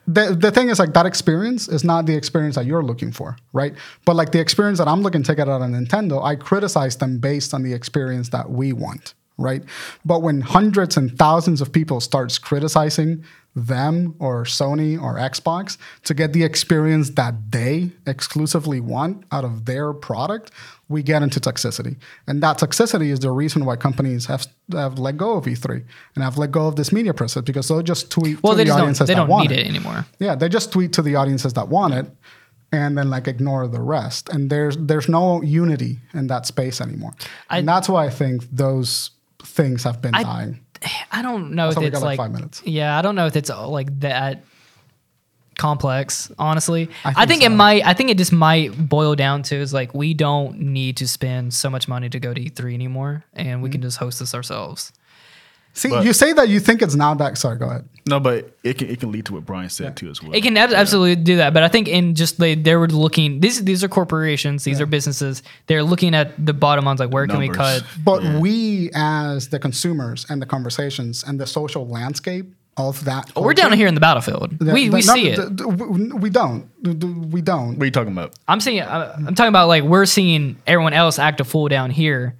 Speaker 3: the, the thing is, like, that experience is not the experience that you're looking for, right? But, like, the experience that I'm looking to get out of Nintendo, I criticize them based on the experience that we want, right? But when hundreds and thousands of people starts criticizing them or Sony or Xbox to get the experience that they exclusively want out of their product, we get into toxicity. And that toxicity is the reason why companies have, have let go of E3 and have let go of this media process because they'll just tweet
Speaker 1: Well,
Speaker 3: to
Speaker 1: they
Speaker 3: the
Speaker 1: just don't
Speaker 3: audiences
Speaker 1: they
Speaker 3: that
Speaker 1: don't
Speaker 3: want
Speaker 1: need it anymore.
Speaker 3: Yeah, they just tweet to the audiences that want it and then like ignore the rest. And there's there's no unity in that space anymore.
Speaker 1: I-
Speaker 3: and that's why I think those things have been
Speaker 1: I-
Speaker 3: dying.
Speaker 1: I don't know if
Speaker 3: all we
Speaker 1: it's
Speaker 3: got, like,
Speaker 1: like,
Speaker 3: five minutes.
Speaker 1: yeah, I don't know if it's uh, like that complex. Honestly, I think,
Speaker 3: think
Speaker 1: it
Speaker 3: so.
Speaker 1: might. I think it just might boil down to is like we don't need to spend so much money to go to E3 anymore, and we can just host this ourselves.
Speaker 3: See,
Speaker 2: But-
Speaker 3: you say that you think it's not that sorry, go ahead.
Speaker 2: no, but it can it can lead to what Brian said too as well.
Speaker 1: It can ab- absolutely do that, but I think in just they they were looking. These these are corporations. These are businesses. They're looking at the bottom lines like where can we
Speaker 2: Numbers.
Speaker 1: cut.
Speaker 3: But we, as the consumers and the conversations and the social landscape of that,
Speaker 1: But Oh, we're down here in the battlefield. we we see it.
Speaker 3: We don't. D- d- We don't.
Speaker 2: What are you talking about?
Speaker 1: I'm seeing. I- I'm talking about like we're seeing everyone else act a fool down here.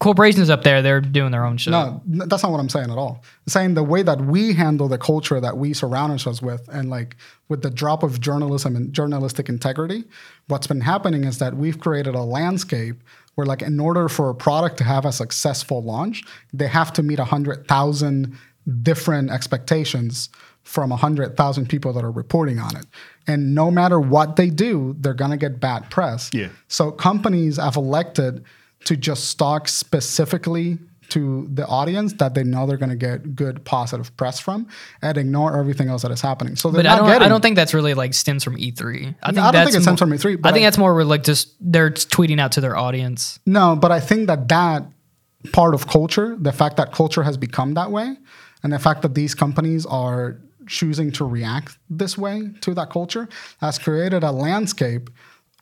Speaker 1: Corporations up there, they're doing their own shit.
Speaker 3: No, n- that's not what I'm saying at all. I'm saying the way that we handle the culture that we surround ourselves with, and like with the drop of journalism and journalistic integrity, what's been happening is that we've created a landscape where, like, in order for a product to have a successful launch, they have to meet hundred thousand different expectations from 100,000 people that are reporting on it. And no matter what they do, they're going to get bad press.
Speaker 2: Yeah.
Speaker 3: So companies have elected to just stock specifically to the audience that they know they're going to get good positive press from and ignore everything else that is happening. So they're
Speaker 1: but
Speaker 3: not
Speaker 1: I don't.
Speaker 3: getting
Speaker 1: I don't think that's really like stems from E3. I think
Speaker 3: I don't
Speaker 1: that's
Speaker 3: think it stems
Speaker 1: mo-
Speaker 3: from E3,
Speaker 1: I
Speaker 3: but
Speaker 1: think
Speaker 3: I-
Speaker 1: that's more where like just they're tweeting out to their audience.
Speaker 3: No, but I think that that part of culture, the fact that culture has become that way, and the fact that these companies are choosing to react this way to that culture has created a landscape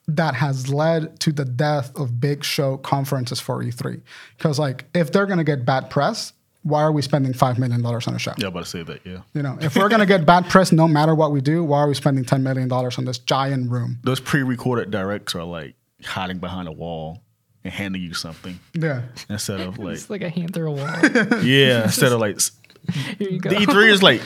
Speaker 3: that has led to the death of big show conferences for E3. Because like if they're gonna get bad press, why are we spending five million dollars on a show?
Speaker 2: Yeah, I'm about to say that. Yeah,
Speaker 3: You know, if we're gonna get bad press no matter what we do, why are we spending ten million dollars on this giant room?
Speaker 2: those pre-recorded directs are like hiding behind a wall and handing you something
Speaker 3: Yeah.
Speaker 2: instead of like
Speaker 1: It's like a hand through a wall.
Speaker 2: yeah instead of like s-
Speaker 1: Here you go.
Speaker 2: the E3 is like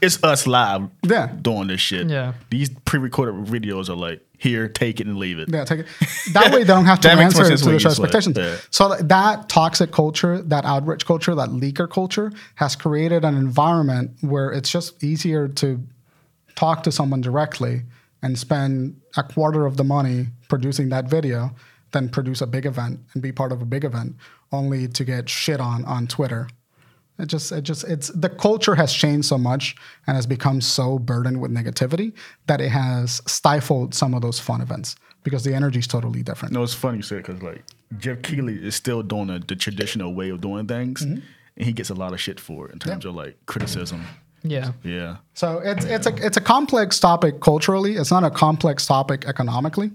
Speaker 2: it's us live
Speaker 3: Yeah.
Speaker 2: doing this shit.
Speaker 1: Yeah.
Speaker 2: these pre-recorded videos are like here, take it and leave it.
Speaker 3: Yeah, take it. That way they don't have to
Speaker 2: That makes more
Speaker 3: answer to
Speaker 2: sense when
Speaker 3: the
Speaker 2: you
Speaker 3: show
Speaker 2: just like-
Speaker 3: expectations.
Speaker 2: yeah.
Speaker 3: So that- that toxic culture, that outrage culture, that leaker culture has created an environment where it's just easier to talk to someone directly and spend a quarter of the money producing that video than produce a big event and be part of a big event only to get shit on on Twitter. It just, it just, it's the culture has changed so much and has become so burdened with negativity that it has stifled some of those fun events because the energy is totally different.
Speaker 2: No, it's funny you said because like Jeff Keighley is still doing the, the traditional way of doing things,
Speaker 3: Mm-hmm.
Speaker 2: and he gets a lot of shit for it in terms of like criticism.
Speaker 1: yeah.
Speaker 2: Yeah,
Speaker 3: So it's it's a it's a complex topic culturally. It's not a complex topic economically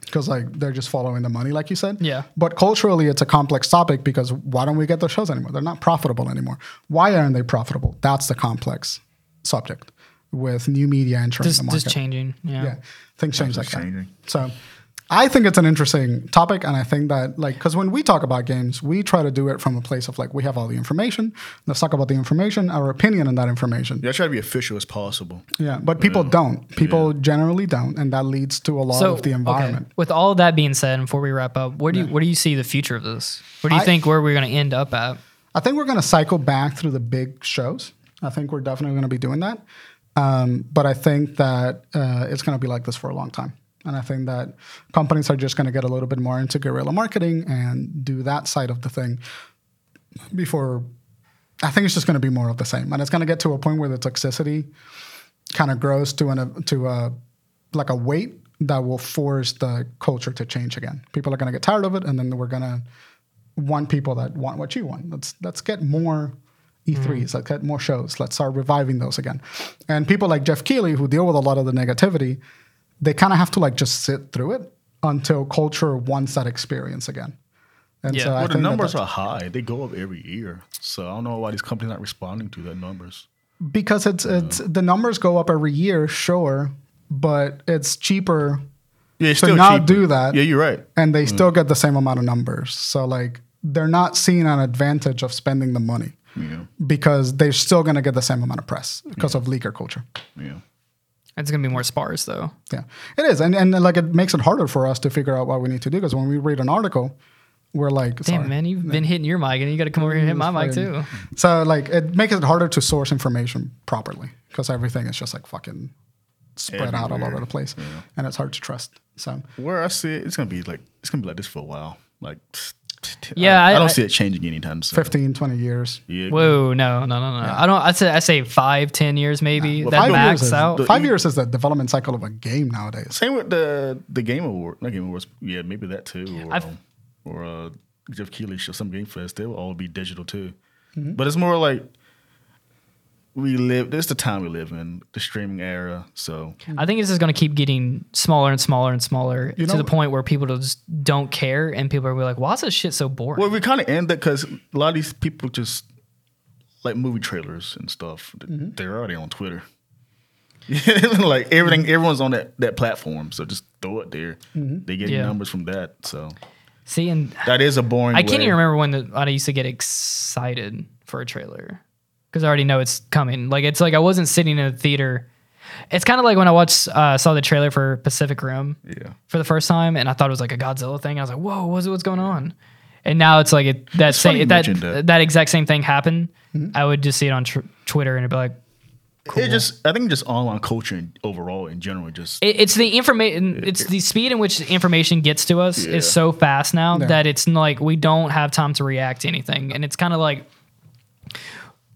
Speaker 3: because like they're just following the money, like you said.
Speaker 1: Yeah.
Speaker 3: But culturally, it's a complex topic because why don't we get those shows anymore? They're not profitable anymore. Why aren't they profitable? That's the complex subject with new media entering the
Speaker 1: Just
Speaker 3: market.
Speaker 1: just changing. Yeah.
Speaker 3: Yeah, things change like
Speaker 2: changing.
Speaker 3: that. So I think it's an interesting topic, and I think that like because when we talk about games, we try to do it from a place of like we have all the information. Let's talk about the information, our opinion on that information.
Speaker 2: Yeah, I try to be official as possible.
Speaker 3: Yeah, but people don't. People generally don't, and that leads to a lot of the
Speaker 1: okay,
Speaker 3: environment.
Speaker 1: With all that being said, and before we wrap up, where do you, where do you see the future of this? Where do you
Speaker 3: I-
Speaker 1: think where we're going to end up at?
Speaker 3: I think we're going to cycle back through the big shows. I think we're definitely going to be doing that. Um, but I think that uh, it's going to be like this for a long time. And I think that companies are just going to get a little bit more into guerrilla marketing and do that side of the thing before. I think it's just going to be more of the same. And it's going to get to a point where the toxicity kind of grows to an to a like a weight that will force the culture to change again. People are going to get tired of it, and then we're going to want people that want what you want. Let's let's get more E3s,
Speaker 2: Mm.
Speaker 3: let's get more shows. Let's start reviving those again. And people like Jeff Keighley, who deal with a lot of the negativity, they kind of have to like just sit through it until culture wants that experience again. And
Speaker 1: Yeah.
Speaker 3: so I
Speaker 2: Well,
Speaker 3: think
Speaker 2: the
Speaker 3: that
Speaker 2: numbers
Speaker 3: that's-
Speaker 2: are high. They go up every year. So I don't know why these companies aren't responding to the numbers.
Speaker 3: because it's it's the numbers go up every year, sure, but it's cheaper
Speaker 2: Yeah, it's
Speaker 3: to
Speaker 2: still
Speaker 3: not
Speaker 2: cheap.
Speaker 3: do that.
Speaker 2: Yeah, you're right.
Speaker 3: and they still get the same amount of numbers. So like they're not seeing an advantage of spending the money
Speaker 2: Yeah,
Speaker 3: because they're still going to get the same amount of press because of leaker culture.
Speaker 2: yeah.
Speaker 1: It's going to be more sparse though.
Speaker 3: Yeah, it is, and and like it makes it harder for us to figure out what we need to do because when we read an article, we're like,
Speaker 1: Damn
Speaker 3: sorry.
Speaker 1: man, you've been hitting your mic, and you got to come over here and hit my mic too.
Speaker 3: Fucking- So like it makes it harder to source information properly because everything is just like fucking spread out all over
Speaker 2: Everywhere.
Speaker 3: the place, and it's hard to trust. So
Speaker 2: Where I see it, it's gonna be like it's gonna be like this for a while. Like, t- t- t-
Speaker 1: Yeah,
Speaker 2: I, I
Speaker 1: I-
Speaker 2: don't
Speaker 1: I-
Speaker 2: see it changing anytime soon.
Speaker 3: 15, 20 years.
Speaker 2: Yeah,
Speaker 1: Whoa, no, no, no, no. I don't. I say I say five, ten years maybe. that
Speaker 3: five years,
Speaker 1: max
Speaker 3: is,
Speaker 1: out.
Speaker 3: five years is the e- development cycle of a game nowadays.
Speaker 2: Same with the the game award, not game awards. Yeah, maybe that too, or
Speaker 1: I've-
Speaker 2: um, or uh, Jeff Keighley show some game fest. They will all be digital too, but it's more like we live. This is the time we live in, the streaming era. So
Speaker 1: I think it's just going to keep getting smaller and smaller and smaller
Speaker 3: You
Speaker 1: to
Speaker 3: know-
Speaker 1: the point where people just don't care, and people are gonna be like, "Why is this shit so boring?"
Speaker 2: well, we kind of end that because a lot of these people just like movie trailers and stuff. th-
Speaker 1: Mm-hmm.
Speaker 2: They're already on Twitter. like everything, everyone's on that, that platform. So just throw it there. They get
Speaker 1: Mm-hmm. Yeah.
Speaker 2: numbers from that. So
Speaker 1: See, and
Speaker 2: that is a boring.
Speaker 1: I can't
Speaker 2: way.
Speaker 1: even remember when the, I used to get excited for a trailer because I already know it's coming. Like it's like I wasn't sitting in a theater. It's kind of like when I watched uh, saw the trailer for Pacific Rim
Speaker 2: Yeah.
Speaker 1: for the first time, and I thought it was like a Godzilla thing. I was like, "Whoa, what's what's going on?" And now it's like it, that
Speaker 2: funny you
Speaker 1: same that,
Speaker 2: mentioned Mm-hmm.
Speaker 1: that
Speaker 2: that.
Speaker 1: exact same thing happened. I would just see it on tr- Twitter and it'd be like,
Speaker 2: It just, I think, just online culture in, overall in general, just
Speaker 1: It, it's the information. It's the speed in which information gets to us
Speaker 2: Yeah.
Speaker 1: is so fast now
Speaker 3: Yeah.
Speaker 1: that it's n- like we don't have time to react to anything, and it's kind of like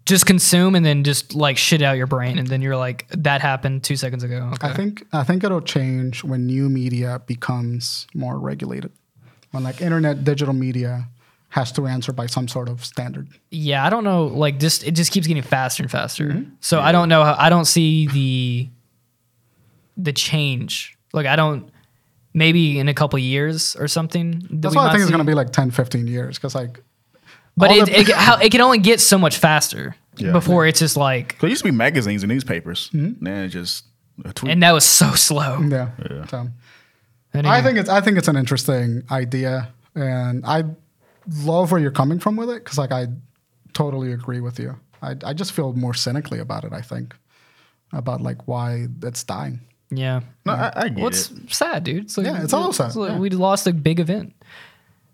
Speaker 1: just consume and then just like shit out your brain, and then you're like, that happened two seconds ago. Okay.
Speaker 3: I think I think it'll change when new media becomes more regulated. When like internet digital media has to answer by some sort of standard.
Speaker 1: yeah, I don't know. Like just it just keeps getting faster and faster. So I don't know. How, I don't see the the change. Like I don't. Maybe in a couple years or something. that
Speaker 3: That's
Speaker 1: we
Speaker 3: why I
Speaker 1: might
Speaker 3: think it's
Speaker 1: see.
Speaker 3: going to be like 10, 15 years because like
Speaker 1: But
Speaker 3: All
Speaker 1: it,
Speaker 3: the-
Speaker 1: it, how, it can only get so much faster
Speaker 2: Yeah.
Speaker 1: before it's just like,
Speaker 2: There used to be magazines and newspapers. Now it's just a tweet.
Speaker 1: Mm-hmm. and that was so slow.
Speaker 3: yeah. So
Speaker 1: Anyway,
Speaker 3: Mm. I think it's I think it's an interesting idea and I love where you're coming from with it because like I totally agree with you. I I just feel more cynically about it. I think about like why it's dying.
Speaker 1: yeah.
Speaker 2: no, I, I get
Speaker 1: What's
Speaker 2: it.
Speaker 1: sad, dude? It's like,
Speaker 3: Yeah, it's all sad,
Speaker 1: like
Speaker 3: yeah.
Speaker 1: We lost a big event,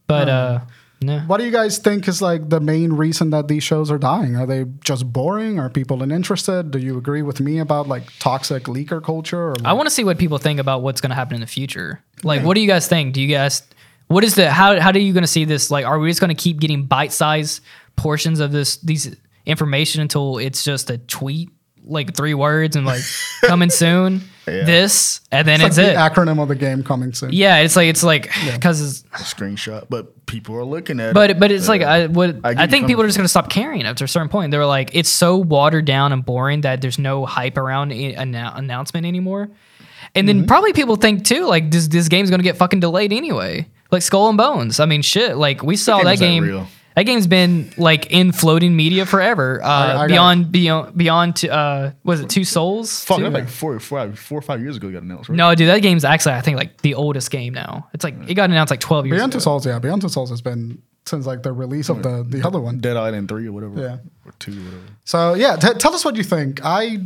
Speaker 1: but uh, no.
Speaker 3: What do you guys think is like the main reason that these shows are dying? Are they just boring? Are people uninterested? Do you agree with me about like toxic leaker culture? Or
Speaker 1: I want to see what people think about what's going to happen in the future. Like, what do you guys think? Do you guys, what is the, how, how are you going to see this? Like, are we just going to keep getting bite sized portions of this, these information until it's just a tweet, like three words and like coming soon, this, and then it's,
Speaker 3: It's like
Speaker 1: it.
Speaker 3: the acronym of the game coming soon.
Speaker 1: yeah, it's like, it's like, because
Speaker 2: A screenshot, but people are looking at it. Uh,
Speaker 1: But but it's like I would
Speaker 2: I get
Speaker 1: I,
Speaker 2: you
Speaker 1: think
Speaker 2: coming
Speaker 1: people are just
Speaker 2: from.
Speaker 1: gonna stop caring after a certain point. They were like, it's so watered down and boring that there's no hype around i- annou- announcement anymore. And then probably people think too, like this this game's gonna get fucking delayed anyway. Like Skull and Bones. I mean, shit. Like we saw
Speaker 2: game
Speaker 1: that
Speaker 2: is that
Speaker 1: game.
Speaker 2: real?
Speaker 1: That game's been like in floating media forever. Uh,
Speaker 3: I got-
Speaker 1: beyond, beyond, beyond, t- uh, was it Two Souls?
Speaker 2: Fuck,
Speaker 1: Two?
Speaker 2: that's like four, five, four or five years ago. Got announced, right?
Speaker 1: No, dude, that game's actually I think like the oldest game now. It's like it got announced like twelve years
Speaker 3: Beyond Two
Speaker 1: ago.
Speaker 3: Souls, yeah. Beyond Two Souls has been since like the release of
Speaker 2: Hmm.
Speaker 3: the the other one.
Speaker 2: Dead Island three or whatever.
Speaker 3: Yeah.
Speaker 2: or two, or whatever.
Speaker 3: So yeah, t- tell us what you think. I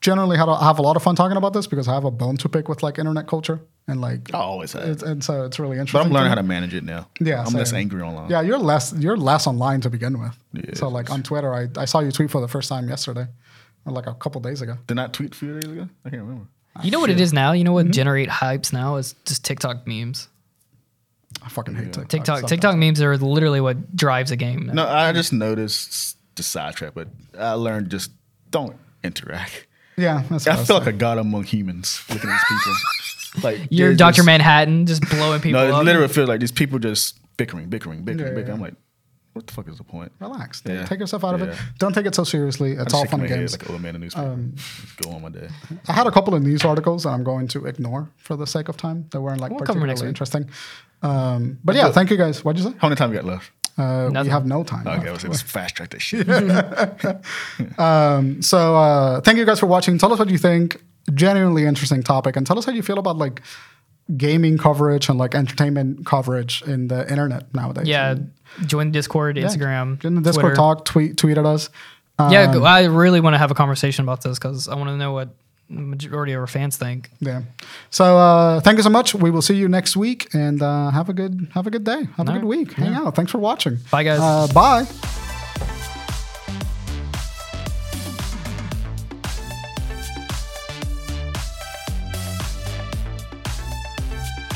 Speaker 3: generally had a, have a lot of fun talking about this because I have a bone to pick with like internet culture and like
Speaker 2: I always have,
Speaker 3: it's, and so it's really
Speaker 2: Oh. but
Speaker 3: interesting.
Speaker 2: I'm learning how
Speaker 3: me.
Speaker 2: to manage it now.
Speaker 3: Yeah,
Speaker 2: I'm less
Speaker 3: same.
Speaker 2: angry online.
Speaker 3: Yeah, you're less you're less online to begin with.
Speaker 2: Yeah.
Speaker 3: So like on Twitter, I, I saw you tweet for the first time yesterday, or like a couple days ago.
Speaker 2: Did not tweet a few days ago. I can't remember.
Speaker 1: You know what it is now? You know
Speaker 3: Mm-hmm.
Speaker 1: what generate hypes now is just TikTok memes.
Speaker 3: I fucking hate TikTok.
Speaker 1: TikTok
Speaker 3: sometimes.
Speaker 1: TikTok memes are literally what drives a game. now.
Speaker 2: No, I just noticed the sidetrack, but I learned just don't interact.
Speaker 3: Yeah, that's
Speaker 2: I
Speaker 3: what
Speaker 2: feel like
Speaker 3: saying.
Speaker 2: a god among humans looking at these people. like
Speaker 1: You're
Speaker 2: they're
Speaker 1: Doctor
Speaker 2: just-
Speaker 1: Manhattan just blowing people
Speaker 2: No,
Speaker 1: up.
Speaker 2: it literally feels like these people just bickering, bickering, bickering,
Speaker 3: Yeah,
Speaker 2: bickering. I'm
Speaker 3: yeah.
Speaker 2: like, what the fuck is the point?
Speaker 3: Relax.
Speaker 2: Yeah.
Speaker 3: Take yourself out of it.
Speaker 2: Yeah.
Speaker 3: Don't take it so seriously. It's all
Speaker 2: Shaking
Speaker 3: fun
Speaker 2: my
Speaker 3: and
Speaker 2: head
Speaker 3: games. Um,
Speaker 2: Like an old man in the newspaper. Just go on my day.
Speaker 3: I had a couple of news articles that I'm going to ignore for the sake of time that weren't like
Speaker 1: We'll cover
Speaker 3: particularly
Speaker 1: next week.
Speaker 3: interesting. Um, but yeah, thank you guys. What'd you say?
Speaker 2: How many time we got left?
Speaker 3: Uh, we
Speaker 1: Nothing.
Speaker 3: have no time.
Speaker 2: Okay,
Speaker 3: left.
Speaker 2: I was able to fast track that shit.
Speaker 3: So uh, thank you guys for watching. Tell us what you think. Genuinely interesting topic, and tell us how you feel about like gaming coverage and like entertainment coverage in the internet nowadays.
Speaker 1: yeah,
Speaker 3: And,
Speaker 1: join the Discord,
Speaker 3: yeah,
Speaker 1: Instagram,
Speaker 3: Get in the Discord
Speaker 1: Twitter.
Speaker 3: talk, tweet, tweet at us. Um,
Speaker 1: yeah, go- I really want to have a conversation about this because I want to know what the majority of our fans think.
Speaker 3: yeah. So uh, thank you so much. We will see you next week, and uh, have a good have a good day. Have a
Speaker 1: All
Speaker 3: good
Speaker 1: right.
Speaker 3: week. Hang out. Thanks for watching.
Speaker 1: Bye, guys.
Speaker 3: Uh, bye.